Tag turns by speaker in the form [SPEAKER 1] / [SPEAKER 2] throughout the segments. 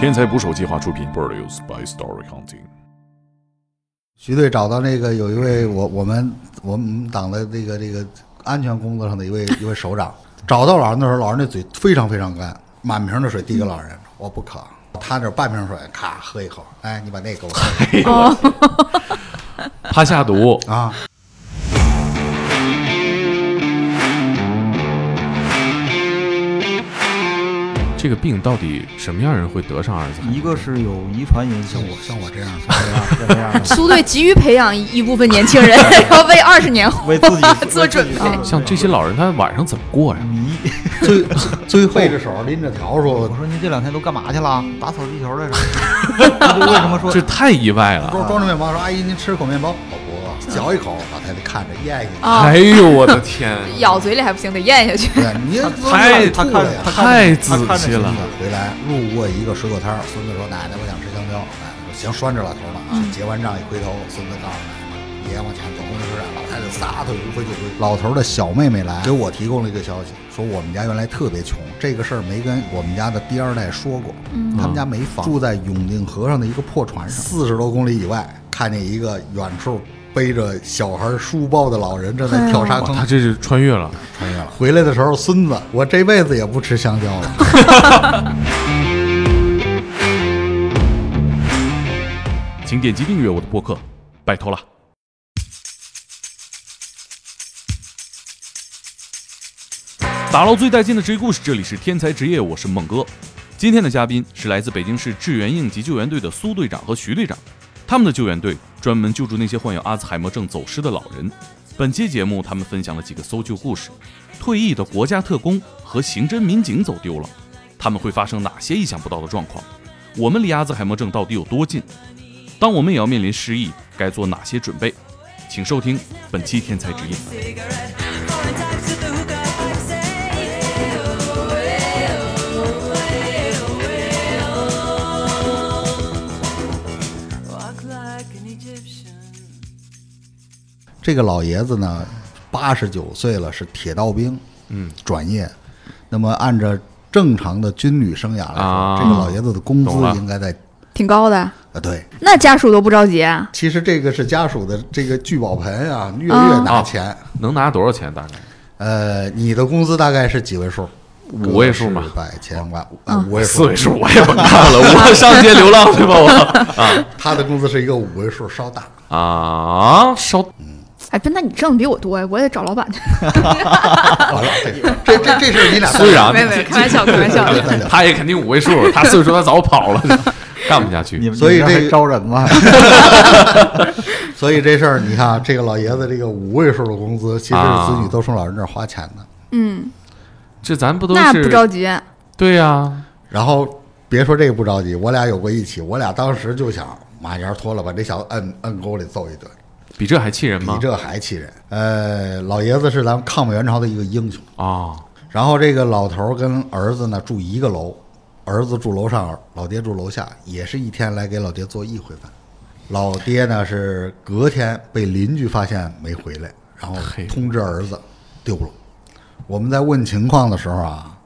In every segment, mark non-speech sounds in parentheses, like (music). [SPEAKER 1] 天才捕手计划出品，Produced by Story Hunting。
[SPEAKER 2] 徐队找到那个有一位我我们我们党的这个这个安全工作上的一位一位首长，找到老人的时候，老人那嘴非常非常干，满瓶的水递给老人，我不渴。他那半瓶水，咔喝一口，哎，你把那给我喝
[SPEAKER 3] 怕下毒，
[SPEAKER 2] 啊！
[SPEAKER 3] 这个病到底什么样人会得上阿尔茨海默？
[SPEAKER 4] 一个是有遗传因素
[SPEAKER 2] 像，我像我这样，
[SPEAKER 4] 像这样的，
[SPEAKER 5] 苏队急于培养一部分年轻人，要为二十年后
[SPEAKER 4] 为自己
[SPEAKER 5] (laughs) 做准备。
[SPEAKER 3] 像这些老人，他晚上怎么过呀？
[SPEAKER 4] 迷。
[SPEAKER 2] 最最后背着手拎着笤
[SPEAKER 4] 我
[SPEAKER 2] 帚，
[SPEAKER 4] 说您这两天都干嘛去了？打扫地球来着。
[SPEAKER 5] (laughs)
[SPEAKER 4] 这就为什么说
[SPEAKER 3] 这太意外了！
[SPEAKER 2] 装装着面包说：“阿姨，您吃口面包。”我不饿，嚼一口，老太太看着咽下去。
[SPEAKER 5] 啊
[SPEAKER 3] 哎，呦我的天，
[SPEAKER 5] 咬嘴里还不行，得咽下去。
[SPEAKER 2] 对，你这
[SPEAKER 3] 太
[SPEAKER 2] 吐了呀！
[SPEAKER 3] 太仔细了。
[SPEAKER 2] 啊回来路过一个水果摊儿，孙子说：“奶奶，我想吃香蕉。”奶奶说：“行，拴着老头儿了啊！”结完账一回头，孙子告诉奶奶：“爷往前走，公交车站。”老太太撒腿如飞就追。老头儿的小妹妹来给我提供了一个消息，说我们家原来特别穷，这个事儿没跟我们家的第二代说过。他们家没房，住在永定河上的一个破船上，四十多公里以外，看见一个远处背着小孩书包的老人正在跳沙
[SPEAKER 3] 哇
[SPEAKER 2] 坑。
[SPEAKER 3] 他这是穿越了，
[SPEAKER 2] 穿越了。回来的时候，孙子，我这辈子也不吃香蕉了。
[SPEAKER 3] 请点击订阅我的播客，拜托了。打捞最带劲的职业故事，这里是天才职业，我是猛哥。今天的嘉宾是来自北京市志愿应急救援队的苏队长和徐队长，他们的救援队专门救助那些患有阿兹海默症走失的老人。本期节目，他们分享了几个搜救故事：退役的国家特工和刑侦民警走丢了，他们会发生哪些意想不到的状况？我们离阿兹海默症到底有多近？当我们也要面临失忆，该做哪些准备？请收听本期《天才之夜》。
[SPEAKER 6] Walk like an Egyptian.
[SPEAKER 2] 这个老爷子呢，八十九岁了，是铁道兵，嗯，转业。那么按照正常的军旅生涯来说，
[SPEAKER 3] 啊
[SPEAKER 2] 这个老爷子的工资
[SPEAKER 3] 懂了
[SPEAKER 2] 应该在
[SPEAKER 5] 挺高的，
[SPEAKER 2] 啊，对，
[SPEAKER 5] 那家属都不着急啊？
[SPEAKER 2] 其实这个是家属的这个聚宝盆啊，月月拿钱。
[SPEAKER 3] 能拿多少钱？大概
[SPEAKER 2] 呃，你的工资大概是几位数？
[SPEAKER 3] 五位数嘛
[SPEAKER 2] 嘛，百千万，呃五位数，
[SPEAKER 3] 四位数我也甭看了，我上街流浪去吧我
[SPEAKER 2] 他的工资是一个五位数，稍大。
[SPEAKER 3] (laughs) 啊！烧
[SPEAKER 5] 哎，不，那你挣的比我多呀，我也得找老板去。
[SPEAKER 2] 完了，这这这这事儿你俩
[SPEAKER 3] 虽然
[SPEAKER 5] (laughs) 没有没有，开玩笑，开玩笑的。
[SPEAKER 3] 他也肯定五位数，他岁数他早跑 (laughs) 了，干不下去
[SPEAKER 4] 你们
[SPEAKER 2] 所以
[SPEAKER 4] 你们
[SPEAKER 2] 这
[SPEAKER 4] 还招人
[SPEAKER 2] (laughs)
[SPEAKER 4] 吗？ (laughs)
[SPEAKER 2] 所以这事儿，你看啊这个老爷子这个五位数的工资，其实
[SPEAKER 3] 啊
[SPEAKER 2] 是子女都从老人这儿花钱的。
[SPEAKER 5] 嗯，
[SPEAKER 3] 这咱不都
[SPEAKER 5] 那
[SPEAKER 3] 是
[SPEAKER 5] 不着急。
[SPEAKER 3] 对啊呀？
[SPEAKER 2] 然后别说这个不着急，我俩有过一起，我俩当时就想马沿脱了，把这小子摁摁沟里揍一顿，
[SPEAKER 3] 比这还气人
[SPEAKER 2] 比
[SPEAKER 3] 吗？
[SPEAKER 2] 这还气人。呃，老爷子是咱们抗美援朝的一个英雄。
[SPEAKER 3] 啊，
[SPEAKER 2] 然后这个老头儿跟儿子呢住一个楼，儿子住楼上，老爹住楼下，也是一天来给老爹做一回饭。老爹呢是隔天被邻居发现没回来，然后
[SPEAKER 3] 嘿
[SPEAKER 2] 通知儿子丢了。我们在问情况的时候啊，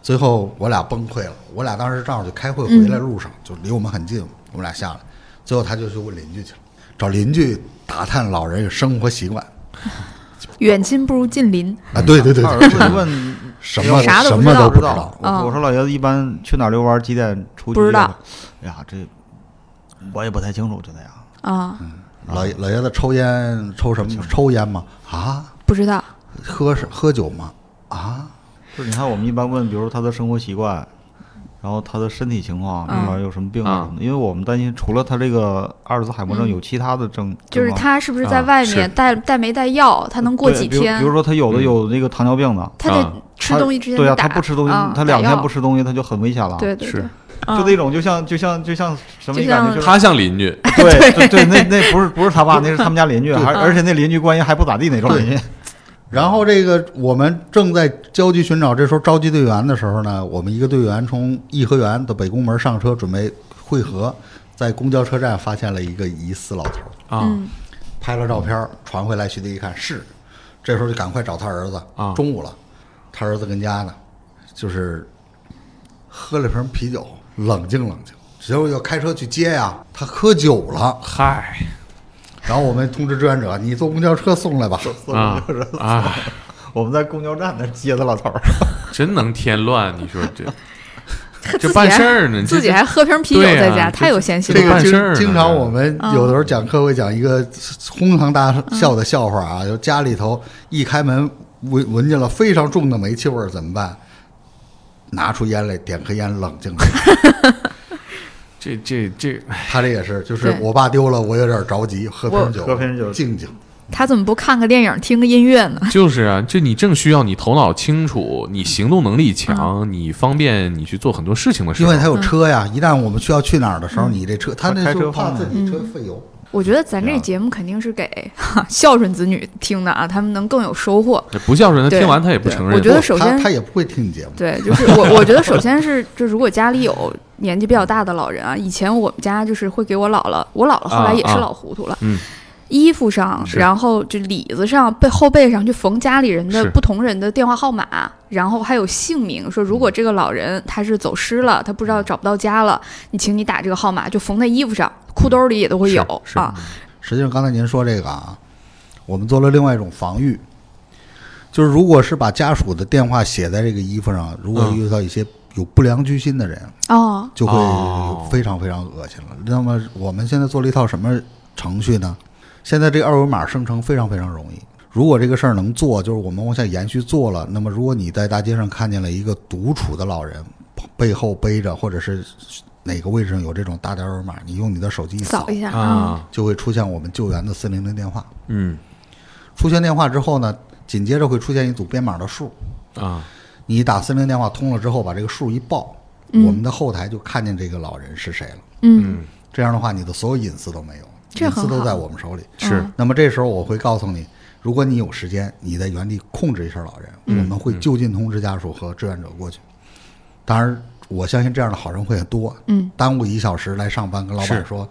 [SPEAKER 2] 最后我俩崩溃了。我俩当时正好去开会回来路上，就离我们很近，我们俩下来。最后他就去问邻居去了，找邻居打探老人生活习惯
[SPEAKER 5] 远亲不如近邻，
[SPEAKER 2] 啊。对对对
[SPEAKER 4] 他
[SPEAKER 2] 对，
[SPEAKER 4] 儿子一问
[SPEAKER 2] (laughs) 什么
[SPEAKER 5] 啥都
[SPEAKER 2] 什
[SPEAKER 5] 不
[SPEAKER 2] 么
[SPEAKER 5] 知
[SPEAKER 2] 都
[SPEAKER 5] 道嗯
[SPEAKER 2] 不知道。
[SPEAKER 4] 我我说老爷子一般去哪儿遛弯儿，几点出去？
[SPEAKER 5] 不知道。
[SPEAKER 4] 哎呀，这我也不太清楚，就那样。
[SPEAKER 5] 啊，
[SPEAKER 2] 老爷老爷子抽烟抽什么？抽烟吗？啊，
[SPEAKER 5] 不知道。
[SPEAKER 2] 喝是喝酒吗？啊，
[SPEAKER 4] 就是你看，我们一般问，比如他的生活习惯，然后他的身体情况，
[SPEAKER 5] 嗯
[SPEAKER 4] 比如有什么病啊
[SPEAKER 3] 嗯
[SPEAKER 4] 什么的，因为我们担心除了他这个阿尔兹海默症，
[SPEAKER 5] 嗯
[SPEAKER 4] 有其他的症，
[SPEAKER 5] 就是
[SPEAKER 4] 症状
[SPEAKER 5] 他是不是在
[SPEAKER 3] 啊
[SPEAKER 5] 外
[SPEAKER 3] 是
[SPEAKER 5] 面带带没带药？他能过
[SPEAKER 4] 对
[SPEAKER 5] 几
[SPEAKER 4] 比如
[SPEAKER 5] 天
[SPEAKER 4] 比？如说他有的
[SPEAKER 3] 嗯
[SPEAKER 4] 有那个糖尿病的，
[SPEAKER 5] 他
[SPEAKER 3] 啊
[SPEAKER 5] 得吃
[SPEAKER 4] 他
[SPEAKER 5] 东西之前
[SPEAKER 4] 对呀、
[SPEAKER 5] 得打
[SPEAKER 4] 他不吃东西，
[SPEAKER 5] 啊
[SPEAKER 4] 他
[SPEAKER 5] 打
[SPEAKER 4] 两天
[SPEAKER 5] 药
[SPEAKER 4] 不吃东西，他就很危险了。
[SPEAKER 5] 对对
[SPEAKER 3] 是
[SPEAKER 5] 对，
[SPEAKER 4] 就
[SPEAKER 5] 嗯
[SPEAKER 4] 那种就像就像就像什么
[SPEAKER 5] 就
[SPEAKER 4] 感觉，
[SPEAKER 5] 像
[SPEAKER 4] 就是
[SPEAKER 3] 他像邻居，
[SPEAKER 4] 对对对，那那不是不是他爸，那是他们家邻居，还
[SPEAKER 5] 嗯
[SPEAKER 4] 而且那邻居关系还不咋地那种邻居。
[SPEAKER 2] 然后这个我们正在焦急寻找，这时候召集队员的时候呢，我们一个队员从颐和园的北宫门上车准备汇合，在公交车站发现了一个疑似老头儿，
[SPEAKER 3] 啊，
[SPEAKER 5] 嗯，
[SPEAKER 2] 拍了照片儿传回来，徐迪一看是，这时候就赶快找他儿子
[SPEAKER 3] 啊
[SPEAKER 2] 中午了，他儿子跟家呢，就是喝了瓶啤酒，冷静冷静。结果要开车去接呀、他喝酒了。
[SPEAKER 7] 嗨
[SPEAKER 2] 然后我们通知志愿者，你坐公交车送 (laughs) 来吧。
[SPEAKER 7] 啊啊，
[SPEAKER 4] 我们在公交站那儿接的老头儿，
[SPEAKER 7] 真能添乱！你说这
[SPEAKER 5] 自
[SPEAKER 7] 这
[SPEAKER 5] 己
[SPEAKER 7] 办
[SPEAKER 5] 还
[SPEAKER 7] 事儿呢，
[SPEAKER 5] 自己
[SPEAKER 7] 这
[SPEAKER 5] 还喝瓶啤酒
[SPEAKER 7] 对啊
[SPEAKER 5] 在家，
[SPEAKER 7] 这
[SPEAKER 5] 太有闲心
[SPEAKER 2] 这
[SPEAKER 5] 了。
[SPEAKER 2] 个
[SPEAKER 7] 办事儿
[SPEAKER 2] 经
[SPEAKER 7] 呢
[SPEAKER 2] 经常我们有的时候讲课会讲一个哄堂大笑的笑话啊，就家里头一开门闻闻见了非常重的煤气味儿怎么办？拿出烟来点颗烟冷静。
[SPEAKER 7] 这这这，哎
[SPEAKER 2] 他这也是，就是
[SPEAKER 5] 对
[SPEAKER 2] 我爸丢了，我有点着急，喝瓶酒，
[SPEAKER 4] 我喝瓶酒
[SPEAKER 2] 静静。
[SPEAKER 5] 他怎么不看个电影，听个音乐呢？
[SPEAKER 7] 就是啊，这你正需要你头脑清楚，你行动能力强，你方便你去做很多事情的时
[SPEAKER 2] 因
[SPEAKER 7] 候
[SPEAKER 2] 为，他有车呀，一旦我们需要去哪儿的时候，你这车，他那
[SPEAKER 4] 开
[SPEAKER 2] 时
[SPEAKER 4] 车
[SPEAKER 2] 候怕
[SPEAKER 4] 方
[SPEAKER 2] 自
[SPEAKER 4] 便
[SPEAKER 2] 己车费油。
[SPEAKER 5] 我觉得咱
[SPEAKER 7] 啊
[SPEAKER 5] 这节目肯定是给 (laughs) 孝顺子女听的啊，他们能更有收获。
[SPEAKER 7] 不孝顺他
[SPEAKER 5] 对
[SPEAKER 7] 听完他也不承认。
[SPEAKER 5] 我觉得
[SPEAKER 2] 不
[SPEAKER 5] 首
[SPEAKER 2] 他
[SPEAKER 5] 先
[SPEAKER 2] 他也不会听你节目，
[SPEAKER 5] 对，就是我， (laughs) 我觉得首先是，就如果家里有年纪比较大的老人啊，以前我们家就是会给我姥姥，我姥姥后来也
[SPEAKER 7] 啊
[SPEAKER 5] 是
[SPEAKER 7] 啊
[SPEAKER 5] 老糊涂了，
[SPEAKER 7] 嗯
[SPEAKER 5] 衣服上，
[SPEAKER 7] 是
[SPEAKER 5] 然后就里子上、背后背上去缝家里人的
[SPEAKER 7] 是
[SPEAKER 5] 不同人的电话号码，然后还有姓名，说如果这个老人他是走失了，他不知道找不到家了，你请你打这个号码，就缝在衣服上，裤兜里也都会有
[SPEAKER 7] 是是
[SPEAKER 5] 啊，
[SPEAKER 2] 实际上刚才您说这个啊，我们做了另外一种防御，就是如果是把家属的电话写在这个衣服上，如果
[SPEAKER 7] 嗯
[SPEAKER 2] 遇到一些有不良居心的人，
[SPEAKER 5] 哦，
[SPEAKER 2] 就
[SPEAKER 7] 哦
[SPEAKER 2] 会非常非常恶心了。那么我们现在做了一套什么程序呢？现在这个二维码生成非常非常容易。如果这个事儿能做，就是我们往下延续做了。那么，如果你在大街上看见了一个独处的老人，背后背着或者是哪个位置上有这种大的二维码，你用你的手机一扫
[SPEAKER 5] 扫，一下啊，
[SPEAKER 7] 啊，
[SPEAKER 2] 就会出现我们救援的四零零电话。
[SPEAKER 7] 嗯
[SPEAKER 2] 出现电话之后呢，紧接着会出现一组编码的数。
[SPEAKER 7] 啊，
[SPEAKER 2] 你打四零电话通了之后，把这个数一报，
[SPEAKER 5] 嗯
[SPEAKER 2] 我们的后台就看见这个老人是谁了。
[SPEAKER 5] 嗯，
[SPEAKER 2] 这样的话，你的所有隐私都没有，
[SPEAKER 5] 这
[SPEAKER 2] 隐私
[SPEAKER 5] 很
[SPEAKER 2] 都
[SPEAKER 5] 好嗯
[SPEAKER 2] 在我们手里。
[SPEAKER 7] 是
[SPEAKER 2] 那么这时候我会告诉你，如果你有时间，你在原地控制一下老人，
[SPEAKER 5] 嗯
[SPEAKER 2] 我们会就近通知家属和志愿者过去。当然，我相信这样的好人会很多。
[SPEAKER 5] 嗯，
[SPEAKER 2] 耽误一小时来上班，跟老板
[SPEAKER 7] 是
[SPEAKER 2] 说，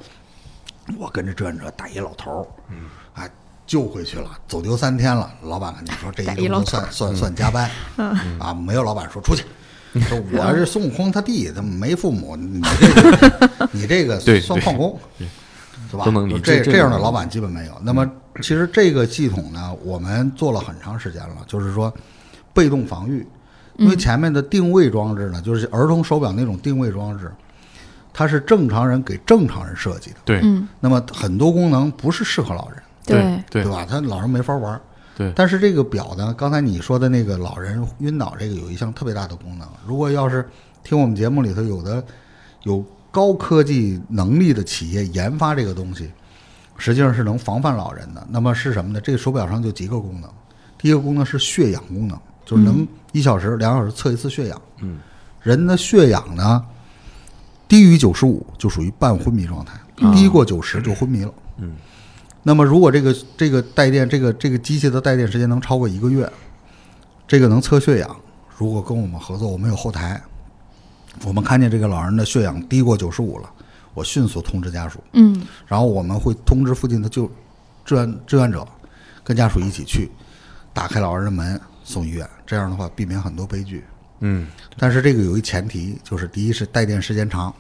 [SPEAKER 2] 我跟着志愿者打一老头儿，嗯，哎，救回去了，走丢三天了。老板跟你说，这
[SPEAKER 5] 打一
[SPEAKER 2] 一
[SPEAKER 5] 老
[SPEAKER 2] 周
[SPEAKER 5] 头
[SPEAKER 2] 算算算加班，嗯啊，没有老板说出去。说 (laughs) 我是孙悟空他弟，他没父母，你这个你这个
[SPEAKER 7] 对
[SPEAKER 2] 算
[SPEAKER 7] 对
[SPEAKER 2] 旷工，是吧？
[SPEAKER 7] 都能理解
[SPEAKER 2] 这
[SPEAKER 7] 这
[SPEAKER 2] 这样
[SPEAKER 7] 个
[SPEAKER 2] 的老板基本没有。那么其实这个系统呢，我们做了很长时间了，就是说被动防御，因为前面的定位装置呢，就是儿童手表那种定位装置，它是正常人给正常人设计的，
[SPEAKER 7] 对
[SPEAKER 5] 嗯，
[SPEAKER 2] 那么很多功能不是适合老人，
[SPEAKER 5] 对，
[SPEAKER 7] 对
[SPEAKER 2] 吧？他老人没法玩。
[SPEAKER 7] 对
[SPEAKER 2] 但是这个表呢，刚才你说的那个老人晕倒这个有一项特别大的功能，如果要是听我们节目里头有的有高科技能力的企业研发这个东西，实际上是能防范老人的。那么是什么呢？这个手表上就几个功能，第一个功能是血氧功能，就是能一小时、两小时测一次血氧。
[SPEAKER 7] 嗯，
[SPEAKER 2] 人的血氧呢低于九十五就属于半昏迷状态，
[SPEAKER 7] 啊
[SPEAKER 2] 低过九十就昏迷了。
[SPEAKER 7] 嗯，
[SPEAKER 2] 那么如果这个这个带电这个这个机器的带电时间能超过一个月，这个能测血氧。如果跟我们合作，我们有后台，我们看见这个老人的血氧低过九十五了，我迅速通知家属，
[SPEAKER 5] 嗯，
[SPEAKER 2] 然后我们会通知附近的救志愿志愿者，跟家属一起去打开老人的门送医院。这样的话，避免很多悲剧。
[SPEAKER 7] 嗯
[SPEAKER 2] 但是这个有一前提，就是第一是带电时间长，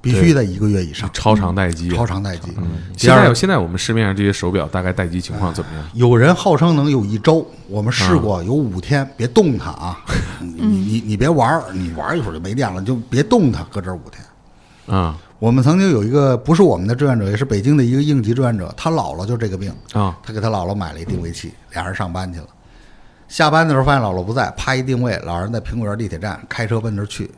[SPEAKER 2] 必须在一个月以上，
[SPEAKER 7] 超长待机啊，
[SPEAKER 2] 超长待机。第
[SPEAKER 3] 嗯
[SPEAKER 7] 现在有
[SPEAKER 2] 二，
[SPEAKER 7] 现在我们市面上这些手表大概待机情况怎么样？
[SPEAKER 2] 有人号称能有一周，我们试过有五天，别动它啊！你你你别玩儿，你玩儿一会儿就没电了，你就别动它，搁这儿五天。
[SPEAKER 7] 啊
[SPEAKER 2] 我们曾经有一个不是我们的志愿者，也是北京的一个应急志愿者，他姥姥就这个病，
[SPEAKER 7] 啊
[SPEAKER 2] 他给他姥姥买了一定位器，俩人上班去了。下班的时候发现姥姥不在，啪一定位，老人在苹果园地铁站开车奔着去，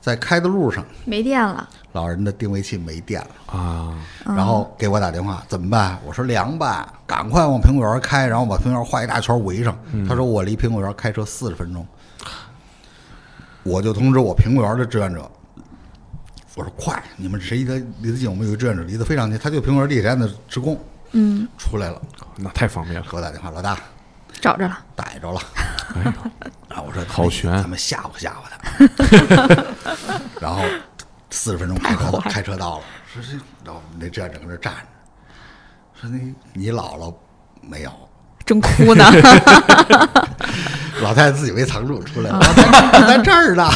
[SPEAKER 2] 在开的路上，
[SPEAKER 5] 没电了，
[SPEAKER 2] 老人的定位器没电了，
[SPEAKER 7] 啊！
[SPEAKER 2] 然后给我打电话，怎么办？我说凉吧，赶快往苹果园开，然后把苹果园画一大圈围上。他说我离苹果园开车四十分钟，我就通知我苹果园的志愿者，我说快，你们谁离得离得近？我们有一志愿者离得非常近，他就苹果园地铁站的职工
[SPEAKER 5] 嗯，
[SPEAKER 2] 出来了，
[SPEAKER 7] 那太方便了，
[SPEAKER 2] 给我打电话，老大
[SPEAKER 5] 找着了，
[SPEAKER 2] 逮着了。
[SPEAKER 7] 哎呦，
[SPEAKER 2] 然后我说
[SPEAKER 7] 好悬
[SPEAKER 2] 咱们吓唬吓唬他。 (laughs) 然后四十分钟开车到开车到了，说这，然后那志愿者搁那站着，说那你姥姥没有？
[SPEAKER 5] 正哭呢，
[SPEAKER 7] (laughs)
[SPEAKER 2] 老太太自己没藏住出来了，啊咱咱这儿呢，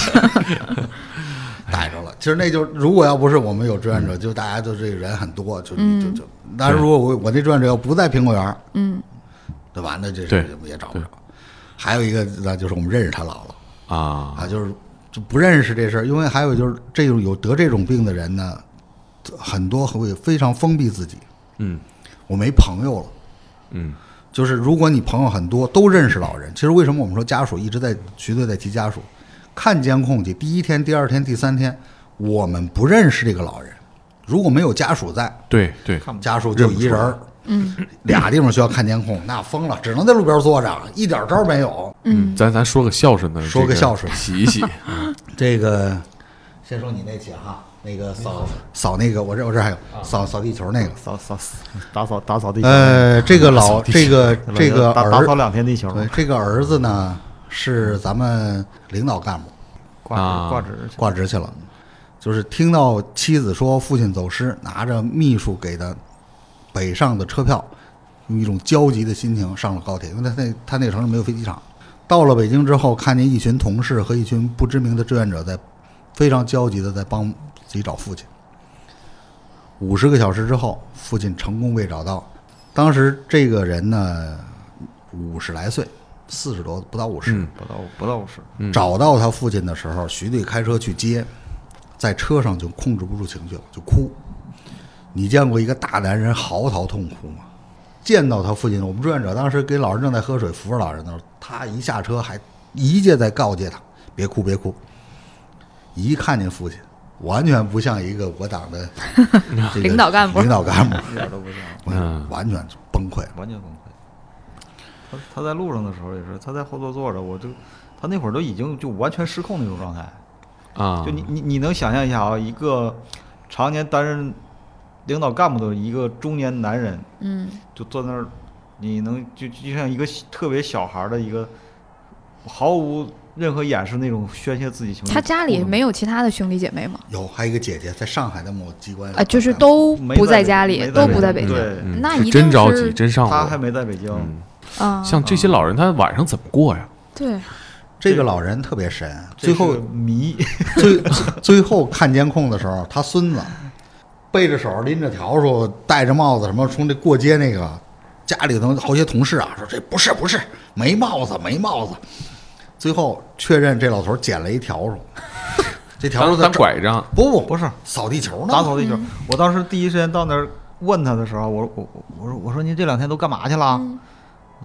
[SPEAKER 2] 逮着其实那就如果要不是我们有志愿
[SPEAKER 7] 嗯
[SPEAKER 2] 者，就大家就这个人很多，就
[SPEAKER 5] 嗯
[SPEAKER 2] 就就。但是如果我我那志愿者要不在苹果园儿，
[SPEAKER 5] 嗯，
[SPEAKER 2] 对吧？那这
[SPEAKER 7] 对
[SPEAKER 2] 事也找不
[SPEAKER 7] 对
[SPEAKER 2] 着。还有一个那就是我们认识他姥姥
[SPEAKER 7] 啊，
[SPEAKER 2] 啊，就是就不认识这事儿，因为还有就是这种有得这种病的人呢，很多会非常封闭自己。
[SPEAKER 7] 嗯
[SPEAKER 2] 我没朋友了。
[SPEAKER 7] 嗯
[SPEAKER 2] 就是如果你朋友很多都认识老人，其实为什么我们说家属一直在徐队在提家属，看监控去，第一天、第二天、第三天，我们不认识这个老人，如果没有家属在，
[SPEAKER 7] 对对，
[SPEAKER 4] 看不
[SPEAKER 2] 家属就一人儿，嗯，俩地方需要看监控，那疯了，只能在路边坐着，一点招儿没有。
[SPEAKER 7] 嗯，咱咱说个孝顺的，
[SPEAKER 2] 说
[SPEAKER 7] 这
[SPEAKER 2] 个孝顺
[SPEAKER 7] 洗一洗，
[SPEAKER 2] 这个，先说你那起哈，那个扫扫那个，我这我这还有扫扫地球那个，
[SPEAKER 4] 扫扫打扫打扫地球，
[SPEAKER 2] 呃，这个老这个
[SPEAKER 4] 对吧
[SPEAKER 2] 这个
[SPEAKER 4] 打打
[SPEAKER 2] 儿
[SPEAKER 4] 扫两天地球，
[SPEAKER 2] 对，这个儿子呢是咱们领导干部，
[SPEAKER 7] 啊
[SPEAKER 4] 挂挂纸去，
[SPEAKER 2] 挂职去了。就是听到妻子说父亲走失，拿着秘书给的北上的车票，用一种焦急的心情上了高铁，因为他那他那城市没有飞机场。到了北京之后，看见一群同事和一群不知名的志愿者在非常焦急的在帮自己找父亲。五十个小时之后，父亲成功被找到。当时这个人呢，五十来岁，四十多不到五十、
[SPEAKER 7] 嗯
[SPEAKER 4] 不到不到五十，
[SPEAKER 2] 找到他父亲的时候，徐队开车去接，在车上就控制不住情绪了，就哭。你见过一个大男人嚎啕痛哭吗？见到他父亲，我们志愿者当时给老人正在喝水，扶着老人的时候，他一下车还一介在告诫他别哭别哭。一看见父亲，完全不像一个我党
[SPEAKER 4] (laughs)
[SPEAKER 2] 的这个
[SPEAKER 5] 领导干部
[SPEAKER 2] 领导干部，
[SPEAKER 4] 一点都不像，
[SPEAKER 7] 嗯
[SPEAKER 2] 完全就崩溃了。
[SPEAKER 4] 完全崩溃。他他在路上的时候也是，他在后座坐着，我就他那会儿都已经就完全失控那种状态，
[SPEAKER 7] 啊，
[SPEAKER 4] 就你你你能想象一下啊，一个常年担任领导干部的一个中年男人，
[SPEAKER 5] 嗯，
[SPEAKER 4] 就坐那儿，你能就就像一个小特别小孩儿的一个毫无任何掩饰那种宣泄自己情绪。
[SPEAKER 5] 他家里没
[SPEAKER 4] 有
[SPEAKER 5] 有其他的兄弟姐妹吗？
[SPEAKER 2] 有，还有一个姐姐在上海的某机关
[SPEAKER 5] 啊，就是都
[SPEAKER 4] 没
[SPEAKER 5] 不
[SPEAKER 4] 在
[SPEAKER 5] 在家
[SPEAKER 4] 北
[SPEAKER 5] 里，
[SPEAKER 4] 没
[SPEAKER 5] 都
[SPEAKER 4] 北
[SPEAKER 5] 不在
[SPEAKER 4] 京
[SPEAKER 5] 北京
[SPEAKER 4] 对，
[SPEAKER 7] 嗯
[SPEAKER 5] 那
[SPEAKER 7] 是
[SPEAKER 5] 一
[SPEAKER 7] 真
[SPEAKER 5] 定
[SPEAKER 7] 着急，
[SPEAKER 5] 是
[SPEAKER 7] 真上
[SPEAKER 4] 他还
[SPEAKER 7] 火。
[SPEAKER 4] 没在北京，
[SPEAKER 7] 嗯，
[SPEAKER 5] 啊，
[SPEAKER 7] 像这些老人，他晚上怎么过呀？
[SPEAKER 5] 对，
[SPEAKER 2] 这个老人特别神，
[SPEAKER 4] 这
[SPEAKER 2] 最后
[SPEAKER 4] 是个迷
[SPEAKER 2] 最 (laughs) 最后看监控的时候，他孙子背着手拎着笤帚，戴着帽子什么，从这过街那个家里头好些同事啊说这不是不是没帽子没帽子，最后确认这老头捡了一笤帚，这笤帚
[SPEAKER 7] 当
[SPEAKER 2] 在
[SPEAKER 7] 当
[SPEAKER 2] 这儿
[SPEAKER 7] 拐
[SPEAKER 4] (laughs)
[SPEAKER 7] 杖，
[SPEAKER 2] 不不
[SPEAKER 4] 不是
[SPEAKER 2] 扫地球呢，
[SPEAKER 4] 打扫地
[SPEAKER 5] 哦嗯
[SPEAKER 4] 球。我当时第一时间到那儿问他的时候，我我我我说我说您这两天都干嘛去了？
[SPEAKER 5] 嗯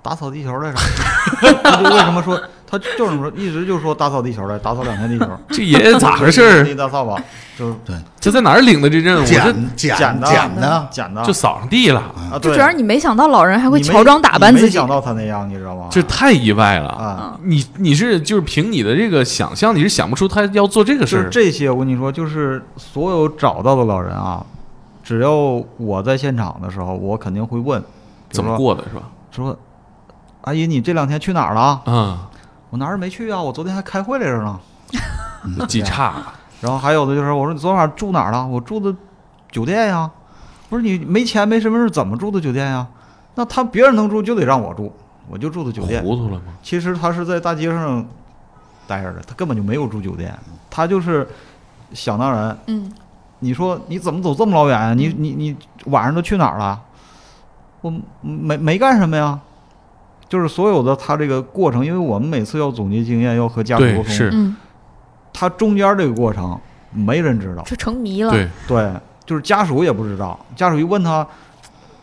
[SPEAKER 4] 打扫地球来着。 (laughs) 他就为什么说他就是说一直就说打扫地球来，打扫两天地球。
[SPEAKER 7] 这爷爷咋回事
[SPEAKER 4] 地 (laughs)
[SPEAKER 7] 儿？
[SPEAKER 4] 大扫把就是
[SPEAKER 7] 这在哪儿领的这任务？这
[SPEAKER 2] 捡捡
[SPEAKER 4] 捡的
[SPEAKER 2] 捡的，
[SPEAKER 4] 捡的，
[SPEAKER 7] 就扫上地了，
[SPEAKER 4] 啊，
[SPEAKER 5] 就
[SPEAKER 4] 对
[SPEAKER 5] 主要是你没想到老人还
[SPEAKER 4] 你
[SPEAKER 5] 会
[SPEAKER 4] 没
[SPEAKER 5] 乔装打扮
[SPEAKER 4] 你没
[SPEAKER 5] 自己嗯
[SPEAKER 4] 想，到他那样，你知道吗？
[SPEAKER 7] 这太意外了。
[SPEAKER 4] 啊，
[SPEAKER 7] 你你是就是凭你的这个想象，你是想不出他要做这个
[SPEAKER 4] 就
[SPEAKER 7] 事
[SPEAKER 4] 是
[SPEAKER 7] 儿。
[SPEAKER 4] 这些，我跟你说，就是所有找到的老人啊，只要我在现场的时候，我肯定会问，比
[SPEAKER 7] 怎
[SPEAKER 4] 如
[SPEAKER 7] 么
[SPEAKER 4] 说
[SPEAKER 7] 过的是吧？
[SPEAKER 4] 说，阿姨，你这两天去哪儿了？
[SPEAKER 7] 啊，
[SPEAKER 4] 我哪儿也没去啊，我昨天还开会来着呢。嗯
[SPEAKER 7] 记差了，
[SPEAKER 4] 然后还有的就是，我说你昨晚住哪儿了？我住的酒店呀。不是你没钱没身份证怎么住的酒店呀？那他别人能住就得让我住，我就住的酒店。
[SPEAKER 7] 糊涂了吗？
[SPEAKER 4] 其实他是在大街上待着的，他根本就没有住酒店，他就是想当然。
[SPEAKER 5] 嗯，
[SPEAKER 4] 你说你怎么走这么老远啊？你你你晚上都去哪儿了？我没没干什么呀，就是所有的他这个过程，因为我们每次要总结经验，要和家属沟
[SPEAKER 7] 对，
[SPEAKER 4] 通，
[SPEAKER 7] 是，
[SPEAKER 5] 嗯，
[SPEAKER 4] 他中间这个过程没人知道，
[SPEAKER 5] 这成迷了，
[SPEAKER 7] 对，
[SPEAKER 4] 对，就是家属也不知道，家属一问他，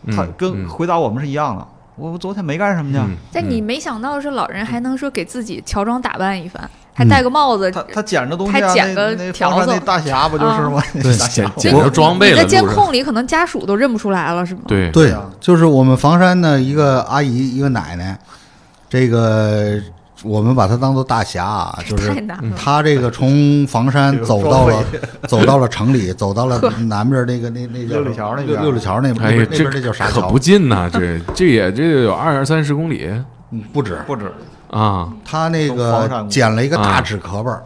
[SPEAKER 7] 嗯
[SPEAKER 4] 他跟
[SPEAKER 7] 嗯
[SPEAKER 4] 回答我们是一样的。我我昨天没干什么去，
[SPEAKER 7] 嗯
[SPEAKER 5] 但你
[SPEAKER 7] 嗯
[SPEAKER 5] 没想到是老人还能说给自己乔装打扮一番，还戴个帽子，
[SPEAKER 4] 他他捡着东西啊，
[SPEAKER 5] 他
[SPEAKER 4] 那
[SPEAKER 5] 捡个
[SPEAKER 4] 那
[SPEAKER 5] 笤
[SPEAKER 4] 方上
[SPEAKER 5] 帚
[SPEAKER 4] 那大侠不就是吗？那
[SPEAKER 2] 对
[SPEAKER 4] 大侠
[SPEAKER 7] 捡捡
[SPEAKER 4] 吗
[SPEAKER 7] 着装备
[SPEAKER 5] 你
[SPEAKER 7] 了，
[SPEAKER 5] 在
[SPEAKER 7] 路上
[SPEAKER 5] 监控里可能家属都认不出来了，是吗？，
[SPEAKER 7] 对
[SPEAKER 2] 对
[SPEAKER 4] 啊，
[SPEAKER 2] 就是我们房山的一个阿姨，一个奶奶，这个我们把她当做大侠啊，就是
[SPEAKER 5] 太难了
[SPEAKER 2] 她这个从房山
[SPEAKER 4] 嗯这个
[SPEAKER 2] 走到了走到了城里，走到了南边那个那那叫
[SPEAKER 4] 六里桥那边
[SPEAKER 2] 六六里桥那边
[SPEAKER 7] 哎
[SPEAKER 2] 那
[SPEAKER 7] 呀，这
[SPEAKER 2] 边那叫啥
[SPEAKER 7] 可
[SPEAKER 2] 桥
[SPEAKER 7] 不？近
[SPEAKER 4] (laughs)
[SPEAKER 7] 呐、这这也这有二三十公里
[SPEAKER 2] 嗯不止，
[SPEAKER 4] 不止，
[SPEAKER 7] 啊
[SPEAKER 2] 她那
[SPEAKER 4] 从房
[SPEAKER 2] 个
[SPEAKER 4] 山过去
[SPEAKER 2] 捡了一个大纸壳儿，